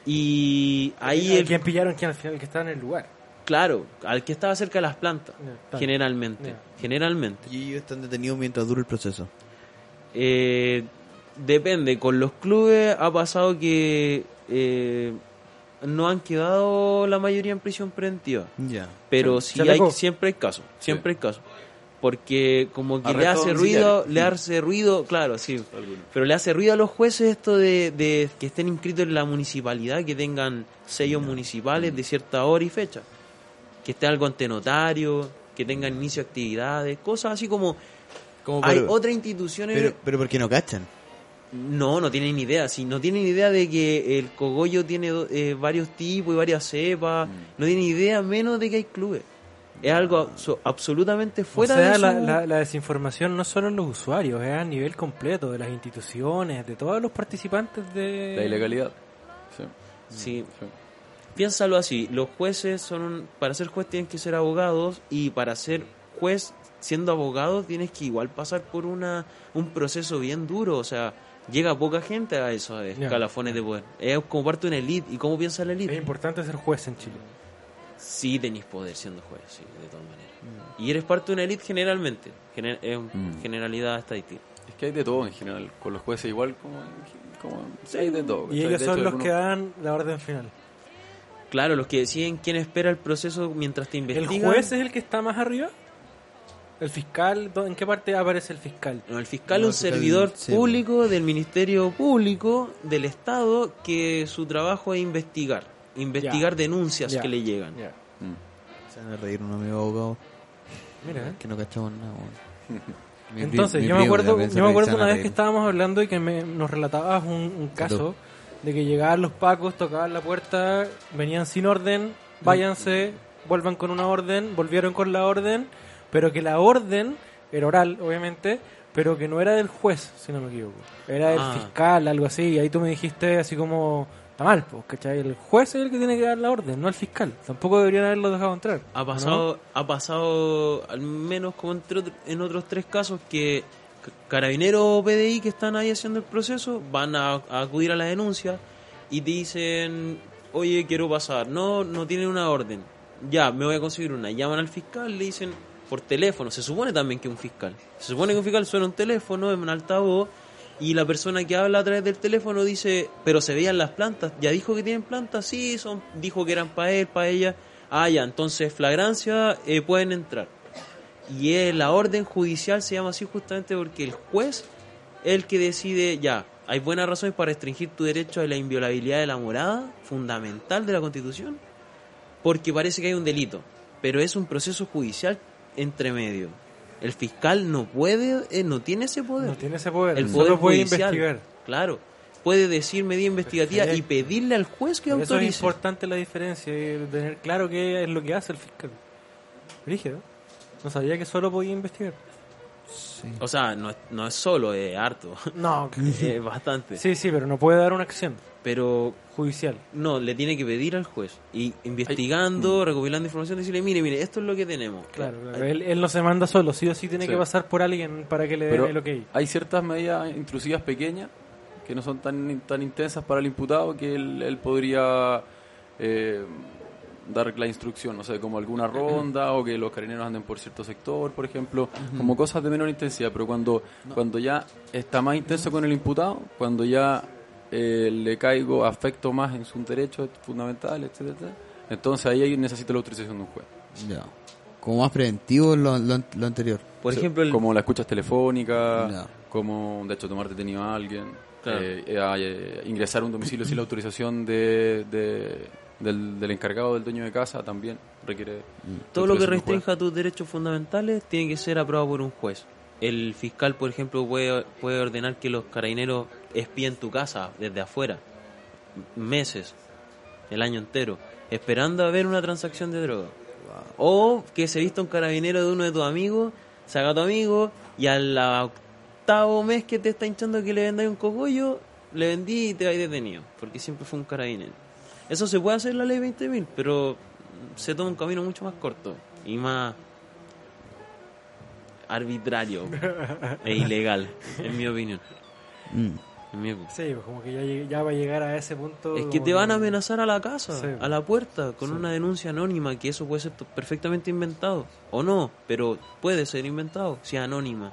Speaker 5: Y ahí
Speaker 3: ¿A
Speaker 5: el
Speaker 3: ¿Quién pillaron? ¿Quién al final? El que estaba en el lugar.
Speaker 5: Claro, al que estaba cerca de las plantas,
Speaker 3: Ya, está.
Speaker 5: generalmente,
Speaker 3: Ya.
Speaker 5: generalmente.
Speaker 4: Y ellos están detenidos mientras dura el proceso.
Speaker 5: Eh, depende, con los clubes ha pasado que eh, no han quedado la mayoría en prisión preventiva,
Speaker 4: Ya.
Speaker 5: pero
Speaker 3: Se-
Speaker 5: sí
Speaker 3: se
Speaker 5: hay,
Speaker 3: alegó.
Speaker 5: siempre hay casos, siempre hay casos. Porque como que le
Speaker 6: Arresto
Speaker 5: hace
Speaker 6: domiciliario.
Speaker 5: ruido, le hace ruido, claro, sí,
Speaker 6: Algunos.
Speaker 5: pero le hace ruido a los jueces esto de, de que estén inscritos en la municipalidad, que tengan sellos municipales de cierta hora y fecha, que esté algo ante notario, que tengan inicio de actividades, cosas así como
Speaker 4: Como
Speaker 5: hay
Speaker 4: por-
Speaker 5: otras instituciones
Speaker 4: pero, pero ¿por qué no cachan?
Speaker 5: no, no tienen ni idea. Si no tienen idea de que el cogollo tiene do- eh, varios tipos y varias cepas,
Speaker 3: Mm.
Speaker 5: no tienen idea menos de que hay clubes. Es algo abso- absolutamente fuera
Speaker 3: o sea,
Speaker 5: de su-
Speaker 3: la, la- la desinformación no solo en los usuarios, es a nivel completo, de las instituciones, de todos los participantes de...
Speaker 6: La ilegalidad. Sí,
Speaker 5: Sí,
Speaker 6: sí.
Speaker 5: piénsalo así, los jueces son un- para ser juez tienen que ser abogados y para ser juez siendo abogado tienes que igual pasar por una un proceso bien duro, o sea, llega poca gente a esos escalafones de poder. Es como parte de una elite y cómo piensa la
Speaker 3: Es
Speaker 5: elite.
Speaker 3: importante ser juez en Chile.
Speaker 5: Sí tenéis poder siendo juez, sí, de todas maneras. Y eres parte de una elite generalmente, gener- es un-
Speaker 6: Mm.
Speaker 5: generalidad estadística.
Speaker 6: Es que hay de todo en general, con los jueces igual como... como sí, hay de todo.
Speaker 3: Y
Speaker 6: ¿cachai?
Speaker 3: ellos
Speaker 6: De
Speaker 3: son
Speaker 6: hecho,
Speaker 3: los
Speaker 6: algunos-
Speaker 3: que dan la orden final.
Speaker 5: Claro, los que deciden quién espera el proceso mientras te
Speaker 3: ¿El
Speaker 5: investigan.
Speaker 3: juez es el que está más arriba? ¿El fiscal? ¿Dó- ¿En qué parte aparece el fiscal?
Speaker 5: No, el fiscal
Speaker 4: No,
Speaker 5: es
Speaker 4: el
Speaker 5: un
Speaker 4: fiscal,
Speaker 5: servidor
Speaker 4: sí,
Speaker 5: público del Ministerio Público del Estado que su trabajo es investigar, investigar denuncias
Speaker 3: Ya.
Speaker 5: que le llegan.
Speaker 3: Ya.
Speaker 6: Mm.
Speaker 5: Se van a reír unos amigos abogados
Speaker 3: Mira, ¿eh?
Speaker 5: que no cachamos nada, weón. Mi
Speaker 3: Entonces,
Speaker 5: pri- mi
Speaker 3: yo me
Speaker 5: primo
Speaker 3: acuerdo,
Speaker 5: también se
Speaker 3: yo me
Speaker 5: reí,
Speaker 3: acuerdo
Speaker 5: se van a
Speaker 3: una vez
Speaker 5: reír.
Speaker 3: que estábamos hablando y que me- nos relatabas un, un caso de que llegaban los pacos, tocaban la puerta, venían sin orden, váyanse, vuelvan con una orden, volvieron con la orden, pero que la orden era oral, obviamente, pero que no era del juez, si no me equivoco, era del
Speaker 5: Ah.
Speaker 3: fiscal, algo así, y ahí tú me dijiste así como, está mal, pues, ¿cachai? El juez es el que tiene que dar la orden, no el fiscal, tampoco deberían haberlo dejado entrar.
Speaker 5: Ha
Speaker 3: ¿o no?
Speaker 5: pasado, ha pasado al menos como entre otro- en otros tres casos que c- carabineros o PDI que están ahí haciendo el proceso van a, a acudir a la denuncia y te dicen, oye, quiero pasar. No, no tienen una orden. Ya, me voy a conseguir una. Llaman al fiscal, le dicen por teléfono. Se supone también que un fiscal. Se supone que un fiscal suena un teléfono en un altavoz y la persona que habla a través del teléfono dice, pero se veían las plantas, ya dijo que tienen plantas, sí, son, dijo que eran para él, para ella, ah, ya, entonces flagrancia, eh, pueden entrar. Y eh, la orden judicial se llama así justamente porque el juez es el que decide, ya, hay buenas razones para restringir tu derecho a la inviolabilidad de la morada, fundamental de la constitución, porque parece que hay un delito, pero es un proceso judicial entre medio. El fiscal no puede, eh, no tiene ese poder.
Speaker 3: No tiene ese poder,
Speaker 5: El poder
Speaker 3: solo puede
Speaker 5: judicial,
Speaker 3: investigar.
Speaker 5: Claro. Puede decir medida investigativa y
Speaker 3: Perfecto.
Speaker 5: pedirle al juez que
Speaker 3: Por eso es
Speaker 5: autorice.
Speaker 3: importante la diferencia y tener claro qué es lo que hace el fiscal. Rígido. No sabía que solo podía investigar.
Speaker 5: O sea, no, es- no es solo, es harto.
Speaker 3: No. eh,
Speaker 5: es bastante.
Speaker 3: Sí, sí, pero no puede dar una acción
Speaker 5: Pero
Speaker 3: judicial.
Speaker 5: no, le tiene que pedir al juez. Y investigando, recopilando información, decirle, mire, mire, esto es lo que tenemos.
Speaker 3: mm. Claro, claro.
Speaker 5: Ay,
Speaker 3: Él, él no se manda solo, sí o sí tiene
Speaker 6: Sí.
Speaker 3: que pasar por alguien para que le den
Speaker 6: Pero
Speaker 3: el ok.
Speaker 6: hay ciertas medidas intrusivas pequeñas que no son tan, tan intensas para el imputado que él, él podría eh, dar la instrucción, no sé, como alguna ronda o que los carineros anden por cierto sector, por ejemplo, como cosas de menor intensidad, pero cuando, cuando ya está más intenso con el imputado, cuando ya eh, le caigo afecto más en sus derechos fundamentales, etcétera, etcétera, entonces ahí necesita la autorización de un juez.
Speaker 4: Ya. Como más preventivo lo, lo, lo anterior.
Speaker 5: Por
Speaker 6: Sí,
Speaker 5: ejemplo, el-
Speaker 6: como las escuchas telefónicas,
Speaker 4: Ya.
Speaker 6: como de hecho tomar detenido a alguien,
Speaker 5: Claro.
Speaker 6: eh, eh, a, eh, ingresar a un domicilio sin la autorización de, de- del, del encargado, del dueño de casa, también requiere...
Speaker 5: todo lo que
Speaker 6: autorización de un juez.
Speaker 5: restrinja tus derechos fundamentales tiene que ser aprobado por un juez. El fiscal, por ejemplo, puede, puede ordenar que los carabineros espíen tu casa desde afuera, m- meses, el año entero, esperando a ver una transacción de droga. O que se vista un carabinero de uno de tus amigos, saca a tu amigo y al octavo mes que te está hinchando que le vendáis un cogollo, le vendí y te vais detenido, porque siempre fue un carabinero. Eso se puede hacer en la ley 20.000, pero se toma un camino mucho más corto y más arbitrario e ilegal, en mi opinión.
Speaker 4: Mm.
Speaker 5: En mi opinión.
Speaker 3: Sí, pues como que ya, lleg- ya va a llegar a ese punto.
Speaker 5: Es que
Speaker 3: como
Speaker 5: te van a amenazar a la casa,
Speaker 3: Sí.
Speaker 5: a la puerta, con una denuncia anónima, que eso puede ser t- perfectamente inventado. O no, pero puede ser inventado, si es anónima.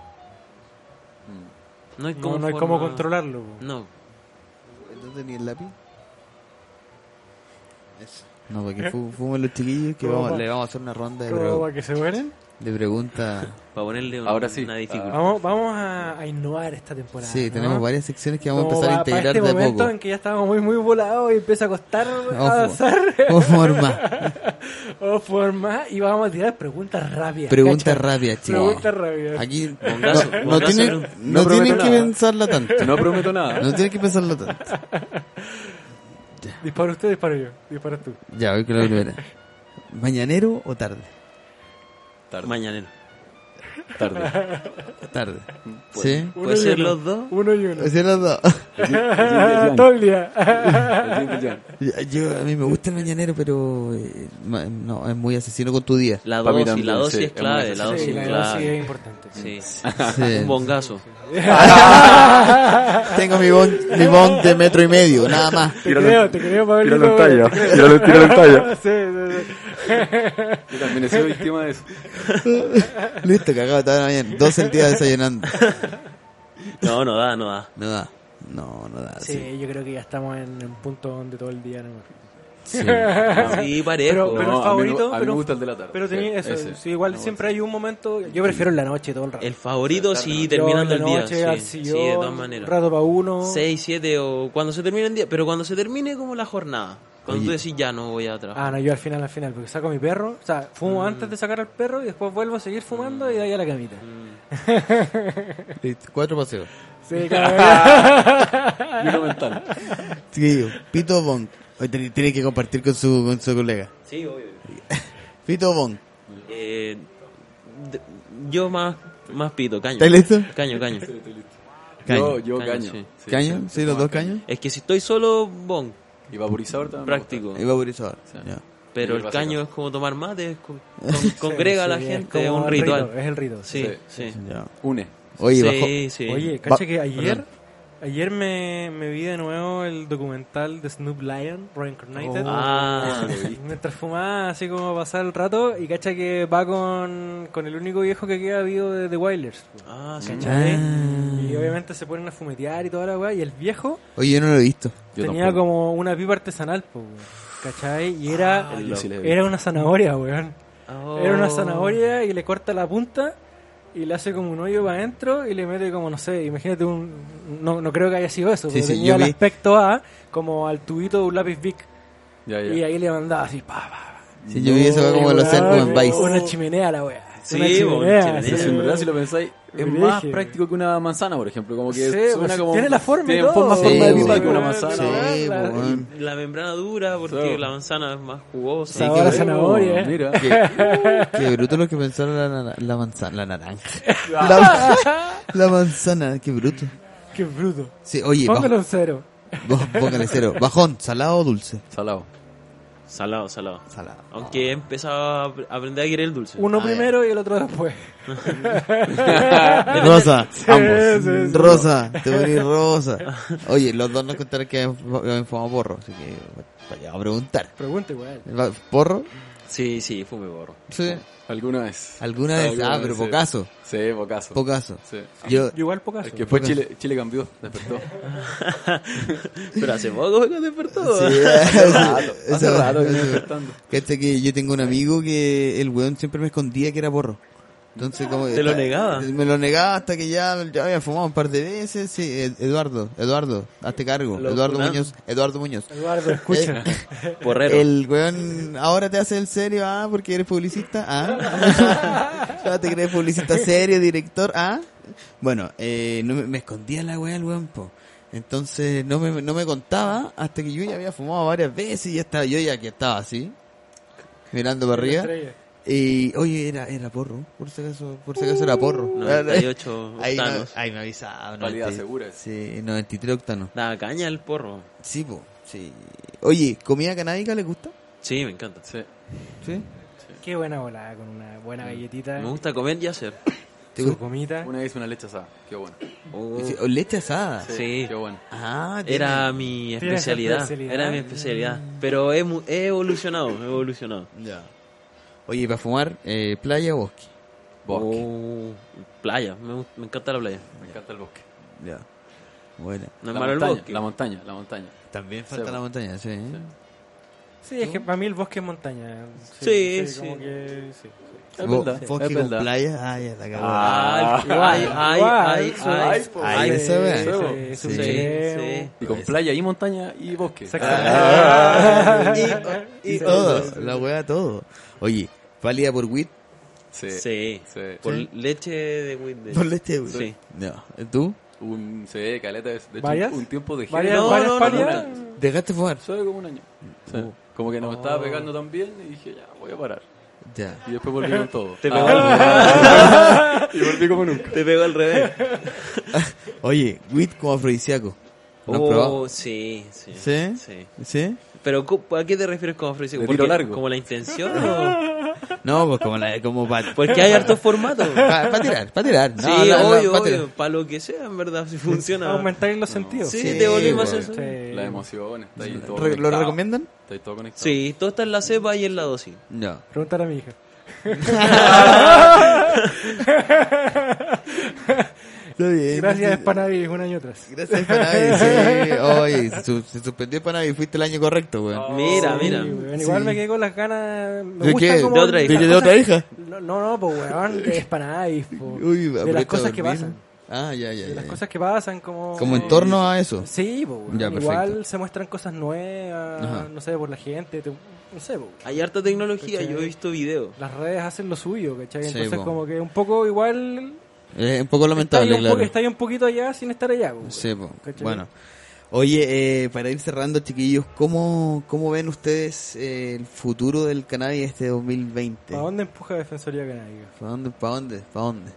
Speaker 5: No hay
Speaker 3: Mm. No,
Speaker 5: cómo,
Speaker 3: no hay cómo
Speaker 5: forma-
Speaker 3: controlarlo. pues.
Speaker 5: No,
Speaker 4: ¿No tenía el lápiz? No,
Speaker 3: ¿Eh?
Speaker 4: porque fu- fumen los chiquillos que
Speaker 3: ¿Cómo
Speaker 4: vamos-
Speaker 3: va?
Speaker 4: le vamos a hacer una ronda de,
Speaker 3: ¿Cómo
Speaker 4: pre-
Speaker 3: para que se mueren?
Speaker 4: de preguntas.
Speaker 5: para ponerle un-
Speaker 6: Ahora sí.
Speaker 5: una dificultad.
Speaker 3: Vamos, vamos a, a innovar esta temporada.
Speaker 4: Sí, tenemos
Speaker 3: ¿no?
Speaker 4: varias secciones que vamos a
Speaker 3: Como
Speaker 4: empezar a
Speaker 3: pa- para
Speaker 4: integrar
Speaker 3: este
Speaker 4: de a
Speaker 3: momento
Speaker 4: poco.
Speaker 3: en que ya estábamos muy, muy volados y empieza a costar avanzar.
Speaker 4: O forma.
Speaker 3: o forma y vamos a tirar preguntas rápidas.
Speaker 4: Preguntas
Speaker 3: ¿cachai?
Speaker 4: rápidas, chicos.
Speaker 3: Preguntas rápidas.
Speaker 4: Aquí
Speaker 5: Bongazo,
Speaker 4: no, no
Speaker 5: bongazo,
Speaker 4: tienen,
Speaker 5: pero-
Speaker 4: no
Speaker 6: no prometo
Speaker 4: tienen que
Speaker 6: nada.
Speaker 4: pensarla tanto.
Speaker 6: No prometo nada. ¿eh?
Speaker 4: No tienen que pensarla tanto.
Speaker 3: Dispara usted, disparo yo. Dispara tú.
Speaker 4: Ya, voy con la primera. ¿Mañanero o tarde?
Speaker 6: Ah, Tarde.
Speaker 5: Mañanero.
Speaker 6: tarde.
Speaker 4: Tarde. ¿Sí?
Speaker 5: ¿Puede
Speaker 3: y
Speaker 5: ser
Speaker 3: uno.
Speaker 5: los dos?
Speaker 3: Uno y uno.
Speaker 4: Así las dos.
Speaker 6: El yin-
Speaker 3: Ah,
Speaker 6: el
Speaker 3: Todo
Speaker 6: yin
Speaker 3: el día.
Speaker 6: y el yang.
Speaker 4: Ya, Yo, a mí me gusta el mañanero, pero eh, ma- no, es muy asesino con tu día.
Speaker 5: La
Speaker 6: Para
Speaker 5: dosis,
Speaker 6: mí también,
Speaker 5: la dosis
Speaker 6: sí,
Speaker 5: es clave,
Speaker 6: es
Speaker 5: la
Speaker 6: muy
Speaker 5: dosis
Speaker 3: Sí, la
Speaker 5: es
Speaker 3: verdad sí es
Speaker 5: clave.
Speaker 3: importante.
Speaker 5: Sí.
Speaker 4: Sí.
Speaker 5: Un bongazo.
Speaker 4: Tengo mi bon, mi bon de metro y medio, nada más.
Speaker 3: Te creo, te creo, Pablito. te creo. Sí, sí, sí.
Speaker 6: Yo también he sido víctima de eso.
Speaker 4: Listo, cagado, estaba bien. Dos entidades desayunando.
Speaker 5: No, no da, no da.
Speaker 4: No da. No, no da.
Speaker 3: Sí,
Speaker 4: Sí.
Speaker 3: yo creo que ya estamos en un punto donde todo el día... No...
Speaker 4: sí.
Speaker 5: Sí,
Speaker 3: Pero,
Speaker 5: parejo.
Speaker 3: pero
Speaker 6: No,
Speaker 3: el
Speaker 6: a mí me-
Speaker 3: favorito...
Speaker 6: a mí me
Speaker 3: pero,
Speaker 6: gusta el de la tarde.
Speaker 3: Pero tenía
Speaker 6: Sí,
Speaker 3: eso.
Speaker 6: ese.
Speaker 3: sí, igual
Speaker 6: Me
Speaker 3: siempre hay un momento... Yo prefiero en la noche todo el rato.
Speaker 5: El favorito sí,
Speaker 3: Yo en
Speaker 5: terminando
Speaker 3: la
Speaker 5: el día.
Speaker 3: noche,
Speaker 5: sí,
Speaker 3: al
Speaker 5: sí,
Speaker 3: sillón,
Speaker 5: de todas maneras.
Speaker 3: rato para uno.
Speaker 5: 6, 7 o cuando se termine el día, pero cuando se termine como la jornada, Cuando
Speaker 4: Oye.
Speaker 5: tú decís, ya no voy a trabajar.
Speaker 3: Ah, no, yo al final, al final, porque saco a mi perro, o sea,
Speaker 5: Mm.
Speaker 3: fumo antes de sacar al perro y después vuelvo a seguir fumando y de ahí a la camita.
Speaker 4: Listo, Cuatro paseos.
Speaker 3: Sí, claro.
Speaker 6: Y uno mental.
Speaker 4: Chiquillo, Pito Bond. Hoy ten- tiene que compartir con su, con su colega.
Speaker 5: Sí, obvio.
Speaker 4: Pito Bond.
Speaker 5: Eh, de- yo más, más pito, caño.
Speaker 4: ¿Estás listo?
Speaker 5: Caño, caño.
Speaker 6: Yo,
Speaker 4: Caño.
Speaker 6: yo
Speaker 5: Caño,
Speaker 6: caño.
Speaker 5: sí.
Speaker 4: ¿Caño? ¿Sí, los dos caños?
Speaker 5: Es que si estoy solo, bon,
Speaker 6: Y vaporizador también. me
Speaker 5: práctico.
Speaker 4: Ahí va Burizador.
Speaker 6: Sí.
Speaker 4: Ya.
Speaker 5: Pero
Speaker 6: Sí,
Speaker 5: el
Speaker 6: básico.
Speaker 5: caño es como tomar mate, es co- con- congrega a la
Speaker 3: Sí, es
Speaker 5: gente, es
Speaker 3: como eh.
Speaker 5: un
Speaker 3: el rito,
Speaker 5: ritual.
Speaker 3: es el rito.
Speaker 5: Sí, sí.
Speaker 4: Ya.
Speaker 6: gusta. Une.
Speaker 4: Oye,
Speaker 5: Sí,
Speaker 4: bajó.
Speaker 5: sí.
Speaker 3: Oye,
Speaker 4: Va-
Speaker 3: cacha que ayer,
Speaker 4: perdón.
Speaker 3: ayer me, me vi de nuevo el documental de Snoop Lion, Reincarnated.
Speaker 5: Ah.
Speaker 3: Y Mientras fumaba, así como pasaba el rato, y cacha que va con, con el único viejo que queda vivo de The Wailers.
Speaker 5: Ah, sí. Ah.
Speaker 3: ¿Cachai? Y obviamente se ponen a fumetear y toda la weá, y el viejo
Speaker 4: Oye, yo no lo he visto.
Speaker 6: Yo
Speaker 3: tenía
Speaker 6: tampoco.
Speaker 3: como una pipa artesanal, po, weón. ¿cachai? Y era,
Speaker 4: Ah,
Speaker 6: yo sí le vi.
Speaker 3: era una zanahoria, weón.
Speaker 5: Oh.
Speaker 3: Era una zanahoria y le corta la punta y le hace como un hoyo para adentro y le mete como, no sé, imagínate un... No, no creo que haya sido eso,
Speaker 4: Sí,
Speaker 3: pero
Speaker 4: sí,
Speaker 3: tenía
Speaker 4: yo
Speaker 3: el
Speaker 4: vi-
Speaker 3: aspecto A como al tubito de un lápiz Bic
Speaker 6: Ya, ya.
Speaker 3: y ahí le mandaba así, pa, pa, pa.
Speaker 4: Si yo vi Ah, eso fue como
Speaker 3: Y,
Speaker 4: lo hacían como
Speaker 3: weón,
Speaker 4: en Vice.
Speaker 3: Una chimenea la wea.
Speaker 5: Sí,
Speaker 3: una
Speaker 5: weón,
Speaker 3: chimenea.
Speaker 5: chimenea.
Speaker 6: Sí,
Speaker 3: sí.
Speaker 6: en verdad, si lo pensáis, es
Speaker 3: Brígido.
Speaker 6: más práctico que una manzana, por ejemplo. Como que
Speaker 3: Sí,
Speaker 6: suena
Speaker 3: pues,
Speaker 6: como.
Speaker 3: tiene la forma y
Speaker 6: tiene
Speaker 3: todo.
Speaker 6: más
Speaker 3: Sí,
Speaker 6: forma de
Speaker 4: weón.
Speaker 6: pipa que una
Speaker 4: Sí,
Speaker 6: manzana.
Speaker 4: Sí,
Speaker 3: weón.
Speaker 6: weón.
Speaker 4: weón.
Speaker 5: La membrana dura porque
Speaker 6: Sí.
Speaker 5: la manzana es más jugosa.
Speaker 4: Sí,
Speaker 3: Sabor a
Speaker 4: que-
Speaker 3: zanahoria. eh.
Speaker 6: Oh, Mira.
Speaker 4: Qué, qué bruto lo que pensaron la, nana- la manzana. La naranja.
Speaker 3: Ah.
Speaker 4: La, la manzana, qué bruto.
Speaker 3: Qué bruto.
Speaker 4: Sí, oye, bajo,
Speaker 3: Póngalo en cero.
Speaker 4: bo- póngale cero. Bajón, salado o dulce.
Speaker 6: Salado.
Speaker 5: Salado, salado.
Speaker 4: Salado.
Speaker 5: Aunque he empezado a ap- aprender a querer el dulce.
Speaker 3: Uno
Speaker 4: Ah, ya.
Speaker 3: primero y el otro después.
Speaker 4: Rosa,
Speaker 3: sí,
Speaker 4: ambos.
Speaker 3: sí.
Speaker 4: rosa, te voy a ir rosa. Oye, los dos nos contaron que habían fumado porro, así que vaya a preguntar.
Speaker 3: Pregunta igual.
Speaker 4: ¿Va- ¿Porro?
Speaker 5: Sí, sí, fume borro.
Speaker 4: Sí.
Speaker 6: ¿Alguna vez?
Speaker 4: ¿Alguna vez? Ah, pero
Speaker 6: sí.
Speaker 4: pocaso.
Speaker 6: Sí, bocazo.
Speaker 4: Pocaso.
Speaker 6: Sí.
Speaker 4: Yo,
Speaker 3: Yo igual pocas.
Speaker 6: Es que fue Chile, Chile cambió, despertó.
Speaker 5: Pero hace poco que despertó.
Speaker 4: Sí,
Speaker 5: ¿eh?
Speaker 4: eso-
Speaker 6: Hace
Speaker 4: eso-
Speaker 6: rato que venía
Speaker 4: eso-
Speaker 6: despertando.
Speaker 4: Cacha que yo tengo un amigo que el weón siempre me escondía que era porro. Entonces, como
Speaker 5: Te lo negaba.
Speaker 4: Me lo negaba hasta que ya, ya había fumado un par de veces. Sí, Ed- Eduardo, Eduardo, hazte cargo.
Speaker 5: Lo
Speaker 4: Eduardo
Speaker 5: funan.
Speaker 4: Muñoz, Eduardo Muñoz. Eh,
Speaker 3: Eduardo, escucha.
Speaker 5: Porrero.
Speaker 4: El weón ahora te hace el serio, ah, porque eres publicista, ah. ahora te crees publicista serio, director, ah. Bueno, eh, no me, me escondía la weá el weón, po. Entonces no me, no me contaba hasta que yo ya había fumado varias veces y ya estaba, yo ya que estaba así, mirando para arriba.
Speaker 3: Estrella.
Speaker 4: Y, oye, era, era porro, por si acaso, por si acaso era porro.
Speaker 5: 98
Speaker 4: ahí, no-
Speaker 5: octanos.
Speaker 4: ahí me avisaba.
Speaker 6: Calidad
Speaker 4: 90,
Speaker 6: segura.
Speaker 4: Sí, 93 octanos.
Speaker 5: Da caña el porro.
Speaker 4: Sí, po, sí. Oye, ¿comida canábica le gusta?
Speaker 5: Sí, me encanta.
Speaker 6: Sí.
Speaker 4: Sí.
Speaker 3: Qué buena volada con una buena galletita.
Speaker 5: Me gusta comer y hacer.
Speaker 4: ¿Te
Speaker 3: Su
Speaker 4: gusta?
Speaker 3: comita.
Speaker 6: Una vez una leche asada. Qué bueno.
Speaker 5: Oh,
Speaker 4: Mm. Sí, o leche asada.
Speaker 5: Sí.
Speaker 6: Qué bueno.
Speaker 4: Ah, tiene-
Speaker 5: Era mi
Speaker 3: Tiene esa
Speaker 5: especialidad.
Speaker 3: especialidad.
Speaker 5: Era mi especialidad. Pero he, mu- he evolucionado, he evolucionado.
Speaker 4: Ya. Oye, ¿y para fumar, eh, playa o bosque.
Speaker 6: Bosque.
Speaker 5: Oh, playa, me, gust- me encanta la playa.
Speaker 6: Me encanta el bosque.
Speaker 4: Ya. Bueno.
Speaker 5: No es
Speaker 6: la
Speaker 5: malo el
Speaker 6: montaña,
Speaker 5: bosque.
Speaker 6: la montaña, la montaña.
Speaker 4: También falta la
Speaker 6: falta Sí, la
Speaker 4: montaña, sí.
Speaker 3: Sí, es que para mí el bosque es montaña.
Speaker 5: Sí,
Speaker 3: como
Speaker 5: sí.
Speaker 3: que sí, sí.
Speaker 6: Es
Speaker 4: Bo-
Speaker 6: verdad,
Speaker 4: Bosque
Speaker 6: es
Speaker 4: con
Speaker 6: verdad.
Speaker 4: playa. Ay, ya la cagó.
Speaker 5: Ah, ay, ay,
Speaker 3: Igual,
Speaker 5: ay,
Speaker 3: sí,
Speaker 5: ay,
Speaker 3: sí,
Speaker 4: ay,
Speaker 3: sí,
Speaker 4: esa wea.
Speaker 3: sí, es un
Speaker 5: Sí,
Speaker 3: chileo.
Speaker 5: sí.
Speaker 6: Y con playa y montaña y bosque. Ah,
Speaker 4: Y, todo, la wea todo. Oye, pálida por wit.
Speaker 6: Sí.
Speaker 5: Sí.
Speaker 6: Sí.
Speaker 5: Por leche de Windows.
Speaker 4: Por leche, wit.
Speaker 5: Sí.
Speaker 4: No. ¿Tú?
Speaker 6: Un, sí, caleta. De hecho,
Speaker 3: ¿Varias?
Speaker 6: un tiempo dejé.
Speaker 3: Varias,
Speaker 5: No,
Speaker 3: varias
Speaker 5: no, no,
Speaker 3: pálidas.
Speaker 4: ¿Dejaste fumar?
Speaker 6: Solo como un año. Sí.
Speaker 4: Uh.
Speaker 6: Como que no me
Speaker 4: Oh.
Speaker 6: estaba pegando tan bien y dije, ya, voy a parar.
Speaker 4: Ya.
Speaker 6: Y después volví con todo.
Speaker 5: Te
Speaker 6: Ah,
Speaker 5: pegó.
Speaker 6: y volví como nunca.
Speaker 5: Te pegó al revés.
Speaker 4: Oye, wit como afrodisíaco. ¿Lo has
Speaker 5: Oh,
Speaker 4: probado?
Speaker 5: sí, sí.
Speaker 4: ¿Sí? ¿Sí?
Speaker 5: Pero cu- ¿a qué te refieres con afrodisíaco?
Speaker 6: De
Speaker 5: Porque-
Speaker 6: tiro largo.
Speaker 5: ¿Como la intención o...?
Speaker 4: No, pues como, la, como para
Speaker 5: Porque hay hartos formatos.
Speaker 4: Para tirar, para tirar. Ah, No,
Speaker 5: sí,
Speaker 4: no, no,
Speaker 5: obvio,
Speaker 4: pa' tirar.
Speaker 5: obvio. Para lo que sea, en verdad, si funciona.
Speaker 3: Aumentar los sentidos.
Speaker 5: Sí,
Speaker 4: Sí,
Speaker 5: te volvimos a
Speaker 4: bueno.
Speaker 5: eso.
Speaker 6: Las emociones. Está ahí todo
Speaker 4: Re- Eh, ¿Lo
Speaker 6: conectado.
Speaker 4: recomiendan?
Speaker 6: Está ahí todo conectado.
Speaker 5: Sí, todo está en la cepa y en la dosis.
Speaker 4: No.
Speaker 3: Preguntar a mi hija.
Speaker 4: Está bien.
Speaker 3: Gracias,
Speaker 4: Entonces,
Speaker 3: Spanavis, un año atrás.
Speaker 4: Gracias, Panavi. Sí, oye, se su- se suspendió Panavi. Fuiste el año correcto, weón.
Speaker 5: Mira,
Speaker 3: Sí,
Speaker 5: mira.
Speaker 3: weón, igual me quedé con las ganas. Me
Speaker 4: ¿De
Speaker 3: gusta
Speaker 4: qué?
Speaker 3: como
Speaker 5: ¿De otra
Speaker 3: las
Speaker 5: hija?
Speaker 4: ¿De otra
Speaker 3: cosas-
Speaker 4: hija?
Speaker 3: No, no, no, pues weón, de Spanavis. po.
Speaker 4: Uy,
Speaker 3: de las
Speaker 4: aprieta
Speaker 3: cosas que
Speaker 4: dormir.
Speaker 3: pasan.
Speaker 4: Ah, ya, ya.
Speaker 3: de
Speaker 4: ya,
Speaker 3: las
Speaker 4: ya.
Speaker 3: cosas que pasan, como...
Speaker 4: Como en torno a eso.
Speaker 3: Sí, po, weón.
Speaker 4: Ya,
Speaker 3: igual
Speaker 4: perfecto.
Speaker 3: se muestran cosas nuevas,
Speaker 4: Ajá.
Speaker 3: no sé, por la gente, te- no sé, po, weón.
Speaker 5: Hay harta tecnología,
Speaker 3: ¿Cachai?
Speaker 5: yo he visto videos.
Speaker 3: las redes hacen lo suyo, ¿cachai?
Speaker 4: Sí,
Speaker 3: Entonces
Speaker 4: po.
Speaker 3: como que un poco igual...
Speaker 4: Es un poco lamentable,
Speaker 3: estáis un, po-
Speaker 4: claro.
Speaker 3: estáis un poquito allá sin estar allá, po, weón.
Speaker 4: Sí, po.
Speaker 3: ¿Cachai?
Speaker 4: Bueno. Oye, eh, para ir cerrando, chiquillos, ¿cómo, cómo ven ustedes eh, el futuro del cannabis este 2020?
Speaker 3: ¿Para dónde empuja Defensoría Canábica?
Speaker 4: ¿Para dónde? ¿Para dónde? ¿Para dónde?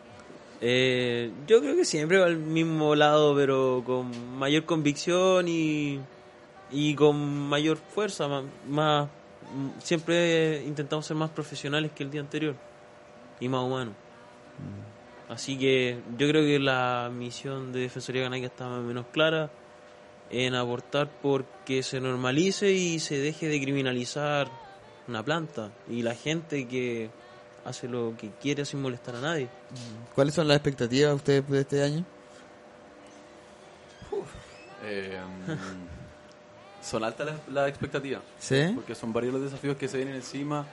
Speaker 5: Eh, yo creo que siempre va al mismo lado, pero con mayor convicción y, y con mayor fuerza. ma- Más, m- siempre intentamos ser más profesionales que el día anterior y más humanos. Así que yo creo que la misión de Defensoría Canábica está más o menos clara en aportar porque se normalice y se deje de criminalizar una planta y la gente que hace lo que quiere sin molestar a nadie.
Speaker 4: ¿Cuáles son las expectativas de ustedes de este año?
Speaker 6: Eh, mm, son altas las las expectativas.
Speaker 4: ¿Sí?
Speaker 6: Porque son varios los desafíos que se vienen encima.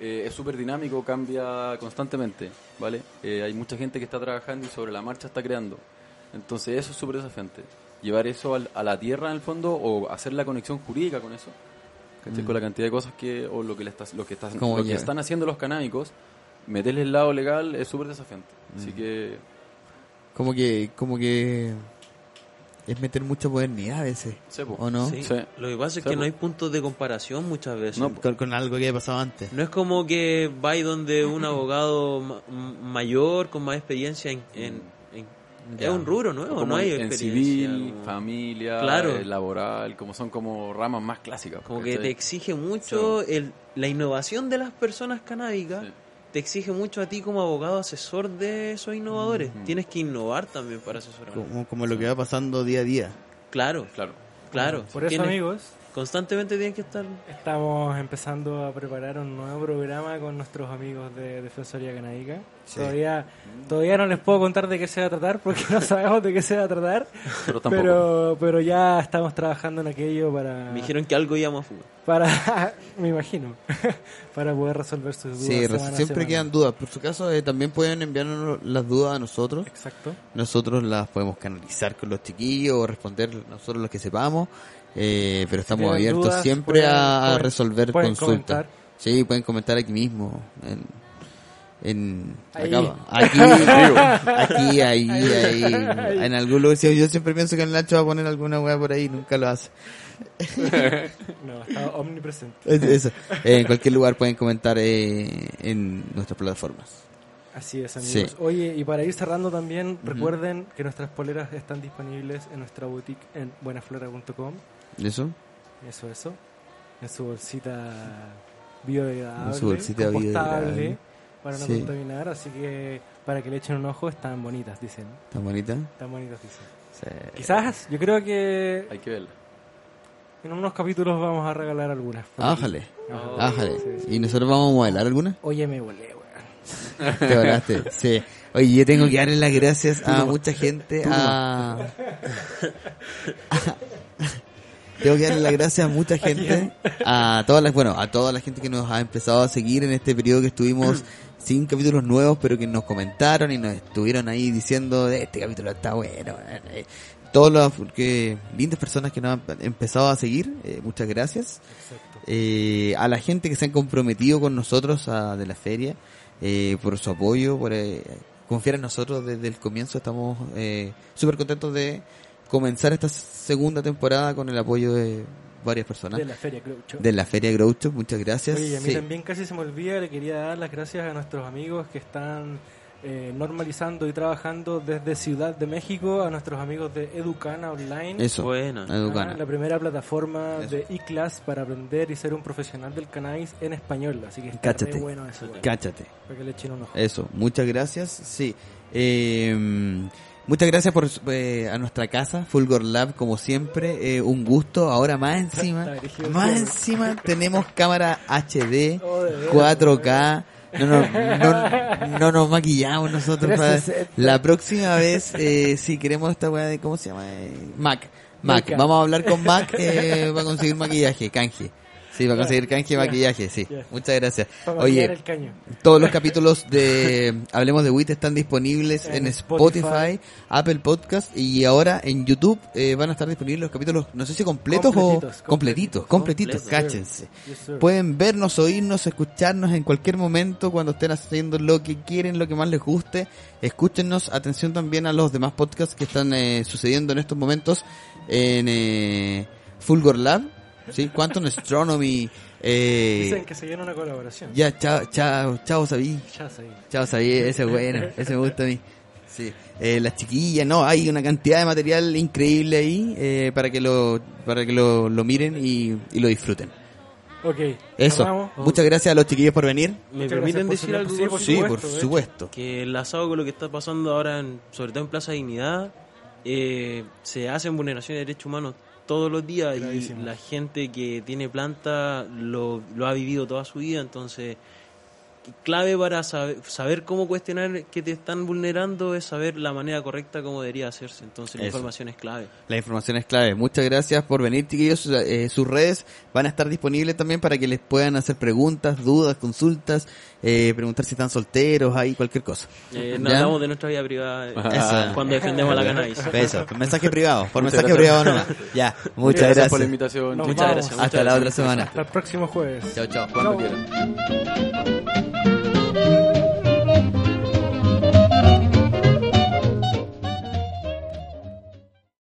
Speaker 6: Eh, es súper dinámico, cambia constantemente, ¿vale? Eh, hay mucha gente que está trabajando y sobre la marcha está creando. Entonces eso es súper desafiante. Llevar eso al- a la tierra en el fondo o hacer la conexión jurídica con eso. ¿cachai? Con la cantidad de cosas que, o lo que, le estás, lo que, estás,
Speaker 4: Mm. Como
Speaker 6: lo que
Speaker 4: lleva.
Speaker 6: están haciendo los canábicos, meterle el lado legal es súper desafiante. Así que
Speaker 4: Como que, como que es meter mucha modernidad a veces.
Speaker 6: Sí, po.
Speaker 4: ¿O no?
Speaker 5: Sí.
Speaker 6: Sí.
Speaker 5: Lo que pasa es
Speaker 6: Sí,
Speaker 5: que
Speaker 6: po.
Speaker 5: no hay puntos de comparación muchas veces.
Speaker 6: No,
Speaker 5: No,
Speaker 6: po.
Speaker 4: Con, con algo que ha pasado antes.
Speaker 5: es como que vais donde un abogado ma- m- mayor, con más experiencia en... en- en-
Speaker 4: Ya.
Speaker 5: Es un rubro
Speaker 6: O
Speaker 5: nuevo,
Speaker 6: como
Speaker 5: no hay
Speaker 6: en- en
Speaker 5: experiencia.
Speaker 6: civil,
Speaker 5: como-
Speaker 6: familia,
Speaker 5: Claro.
Speaker 6: eh, laboral, como son como ramas más clásicas.
Speaker 5: Como que te
Speaker 6: ¿cachai?
Speaker 5: exige mucho el- la innovación de las personas canábicas.
Speaker 6: Sí.
Speaker 5: Te exige mucho a ti como abogado asesor de esos innovadores. Tienes que innovar también para asesorar.
Speaker 4: Como, como lo que va pasando día a día.
Speaker 5: Claro,
Speaker 6: Claro.
Speaker 5: claro.
Speaker 3: Por eso,
Speaker 5: Tienes-
Speaker 3: amigos,
Speaker 5: Constantemente tienes que estar...
Speaker 3: estamos empezando a preparar un nuevo programa con nuestros amigos de Defensoría Canábica. Todavía, todavía no les puedo contar de qué se va a tratar porque no sabemos de qué se va a tratar.
Speaker 6: Pero tampoco.
Speaker 3: Pero, pero ya estamos trabajando en aquello para...
Speaker 5: Me dijeron que algo íbamos a fumar.
Speaker 3: para me imagino. para poder resolver sus dudas.
Speaker 4: Sí,
Speaker 3: semana a
Speaker 4: siempre
Speaker 3: semana.
Speaker 4: quedan dudas. Por su caso, eh, también pueden enviarnos las dudas a nosotros.
Speaker 3: Exacto.
Speaker 4: Nosotros las podemos canalizar con los chiquillos o responder nosotros los que sepamos. Eh, pero estamos
Speaker 3: Tienen
Speaker 4: abiertos
Speaker 3: dudas,
Speaker 4: siempre
Speaker 3: pueden-
Speaker 4: a, a
Speaker 3: pueden-
Speaker 4: resolver
Speaker 3: pueden
Speaker 4: consultas.
Speaker 3: comentar.
Speaker 4: Sí, pueden comentar aquí mismo. En, en
Speaker 3: Ahí.
Speaker 4: acá, aquí, aquí, ahí, ahí, en algún lugar. Sí, Yo siempre pienso que el Nacho va a poner alguna weá por ahí, nunca lo hace.
Speaker 3: No, está omnipresente.
Speaker 4: Es- eso. Eh, en cualquier lugar pueden comentar eh, en nuestras plataformas.
Speaker 3: Así es, amigos.
Speaker 4: Sí.
Speaker 3: Oye, y para ir cerrando también, recuerden que nuestras poleras están disponibles en nuestra boutique en buenaflora.com.
Speaker 4: ¿Eso?
Speaker 3: Eso, eso. En su bolsita biodegradable.
Speaker 4: En su bolsita
Speaker 3: compostable,
Speaker 4: biodegradable.
Speaker 3: Para no
Speaker 4: Sí.
Speaker 3: contaminar, así que para que le echen un ojo, están bonitas, dicen.
Speaker 4: ¿Tan bonita?
Speaker 3: Están bonitas, dicen.
Speaker 4: Sí.
Speaker 3: Quizás, yo creo que
Speaker 6: Hay que verla.
Speaker 3: en unos capítulos vamos a regalar algunas. por aquí.
Speaker 4: Ájale,
Speaker 3: Ajá.
Speaker 4: ájale.
Speaker 3: Sí,
Speaker 4: ¿Y nosotros vamos a modelar alguna?
Speaker 3: Oye, me volé, weón.
Speaker 4: Te volaste, sí. Oye, yo tengo que darle las gracias a mucha gente, a... Tengo que darle las gracias a mucha gente, a todas las, bueno, a toda la gente que nos ha empezado a seguir en este periodo que estuvimos sin capítulos nuevos, pero que nos comentaron y nos estuvieron ahí diciendo, este capítulo está bueno. eh". Todas las que, lindas personas que nos han empezado a seguir, eh, muchas gracias. Eh, a la gente que se han comprometido con nosotros a- de la feria, eh, por su apoyo, por eh, confiar en nosotros desde el comienzo. Estamos eh, súper contentos de comenzar esta segunda temporada con el apoyo de varias personas.
Speaker 3: De la feria, creo. yo.
Speaker 4: De la Feria Groucho, muchas gracias.
Speaker 3: Oye, y a mí
Speaker 4: Sí.
Speaker 3: también casi se me olvida, le quería dar las gracias a nuestros amigos que están eh, normalizando y trabajando desde Ciudad de México, a nuestros amigos de Educana Online,
Speaker 4: Eso,
Speaker 5: Buena.
Speaker 4: Educana.
Speaker 3: Ah, la primera plataforma
Speaker 4: Eso.
Speaker 3: de e-class para aprender y ser un profesional del cannabis en español, así que está
Speaker 4: Cáchate. Eh,
Speaker 3: re bueno eso, weón,
Speaker 4: Cáchate.
Speaker 3: para que le echen un ojo.
Speaker 4: Eso, muchas gracias. Sí. Eh, muchas gracias por eh, a nuestra casa, Fulgor Lab, como siempre. eh, un gusto. Ahora más encima,
Speaker 3: Está dirigido
Speaker 4: más
Speaker 3: siempre.
Speaker 4: encima tenemos cámara HD,
Speaker 3: Oh, de veras,
Speaker 4: 4K. No, nos- no, no nos maquillamos nosotros. para-
Speaker 3: 360.
Speaker 4: La próxima vez, eh, si queremos esta weá de, ¿cómo se llama? Eh, Mac. Mac.
Speaker 3: Maca.
Speaker 4: Vamos a hablar con Mac eh, para conseguir maquillaje, canje. Sí, va a conseguir canje y maquillaje, sí.
Speaker 3: Ya.
Speaker 4: Muchas gracias.
Speaker 3: Para maquillar
Speaker 4: Oye,
Speaker 3: el caño.
Speaker 4: todos los capítulos de Hablemos de WIT están disponibles en,
Speaker 3: En
Speaker 4: Spotify,
Speaker 3: Spotify.
Speaker 4: Apple Podcast y ahora en YouTube eh, van a estar disponibles los capítulos, no sé si completos
Speaker 3: Completitos,
Speaker 4: o completitos,
Speaker 3: completitos,
Speaker 4: completitos,
Speaker 3: completos.
Speaker 4: cáchense. Pues,
Speaker 3: Yes, sir.
Speaker 4: Pueden vernos, oírnos, escucharnos en cualquier momento cuando estén haciendo lo que quieren, lo que más les guste. Escúchenos, atención también a los demás podcasts que están eh, sucediendo en estos momentos en eh, Fulgor Lab, ¿sí? Quantum Astronomy,
Speaker 3: Dicen
Speaker 4: eh,
Speaker 3: que se viene una colaboración.
Speaker 4: ya, chao, chao, chao, Sabí.
Speaker 3: Ya sé.
Speaker 4: Chao, Xavier, ese es bueno, ese me gusta a mí. Sí. Eh, las chiquillas, no, hay una cantidad de material increíble ahí eh, para que lo para que lo, lo miren y, y lo disfruten.
Speaker 3: Ok.
Speaker 4: Eso.
Speaker 3: cerramos.
Speaker 4: Muchas gracias a los chiquillos por venir.
Speaker 5: ¿Me
Speaker 3: Muchas
Speaker 5: permiten
Speaker 3: gracias
Speaker 5: decir
Speaker 3: por su-
Speaker 5: algo?
Speaker 3: sí, por
Speaker 4: Sí, por
Speaker 3: supuesto,
Speaker 4: supuesto.
Speaker 5: que enlazado con lo que está pasando ahora, en- sobre todo en Plaza Dignidad, eh, se hacen vulneraciones de derechos humanos todos los días
Speaker 3: Gravísimo.
Speaker 5: y la gente que tiene planta lo, lo ha vivido toda su vida, entonces clave para saber, saber cómo cuestionar que te están vulnerando es saber la manera correcta como debería hacerse, entonces la
Speaker 4: Eso.
Speaker 5: información es clave.
Speaker 4: La información es clave. Muchas gracias por venir, chiquillos. Eh, sus redes van a estar disponibles también para que les puedan hacer preguntas, dudas, consultas, eh, preguntar si están solteros, ahí cualquier cosa. ¿Ya?
Speaker 5: Eh, no hablamos de nuestra vida privada eh,
Speaker 4: Eso.
Speaker 5: cuando defendemos la cannabis.
Speaker 4: Eso, mensaje privado, por
Speaker 6: Muchas
Speaker 4: mensaje privado
Speaker 6: gracias.
Speaker 4: nomás. Ya, muchas gracias.
Speaker 6: por la invitación.
Speaker 3: Nos
Speaker 6: Chao.
Speaker 5: Muchas
Speaker 3: vamos.
Speaker 5: gracias.
Speaker 4: Hasta la otra semana.
Speaker 3: Hasta el próximo jueves.
Speaker 4: Chao, chao.
Speaker 6: Cuando quieran.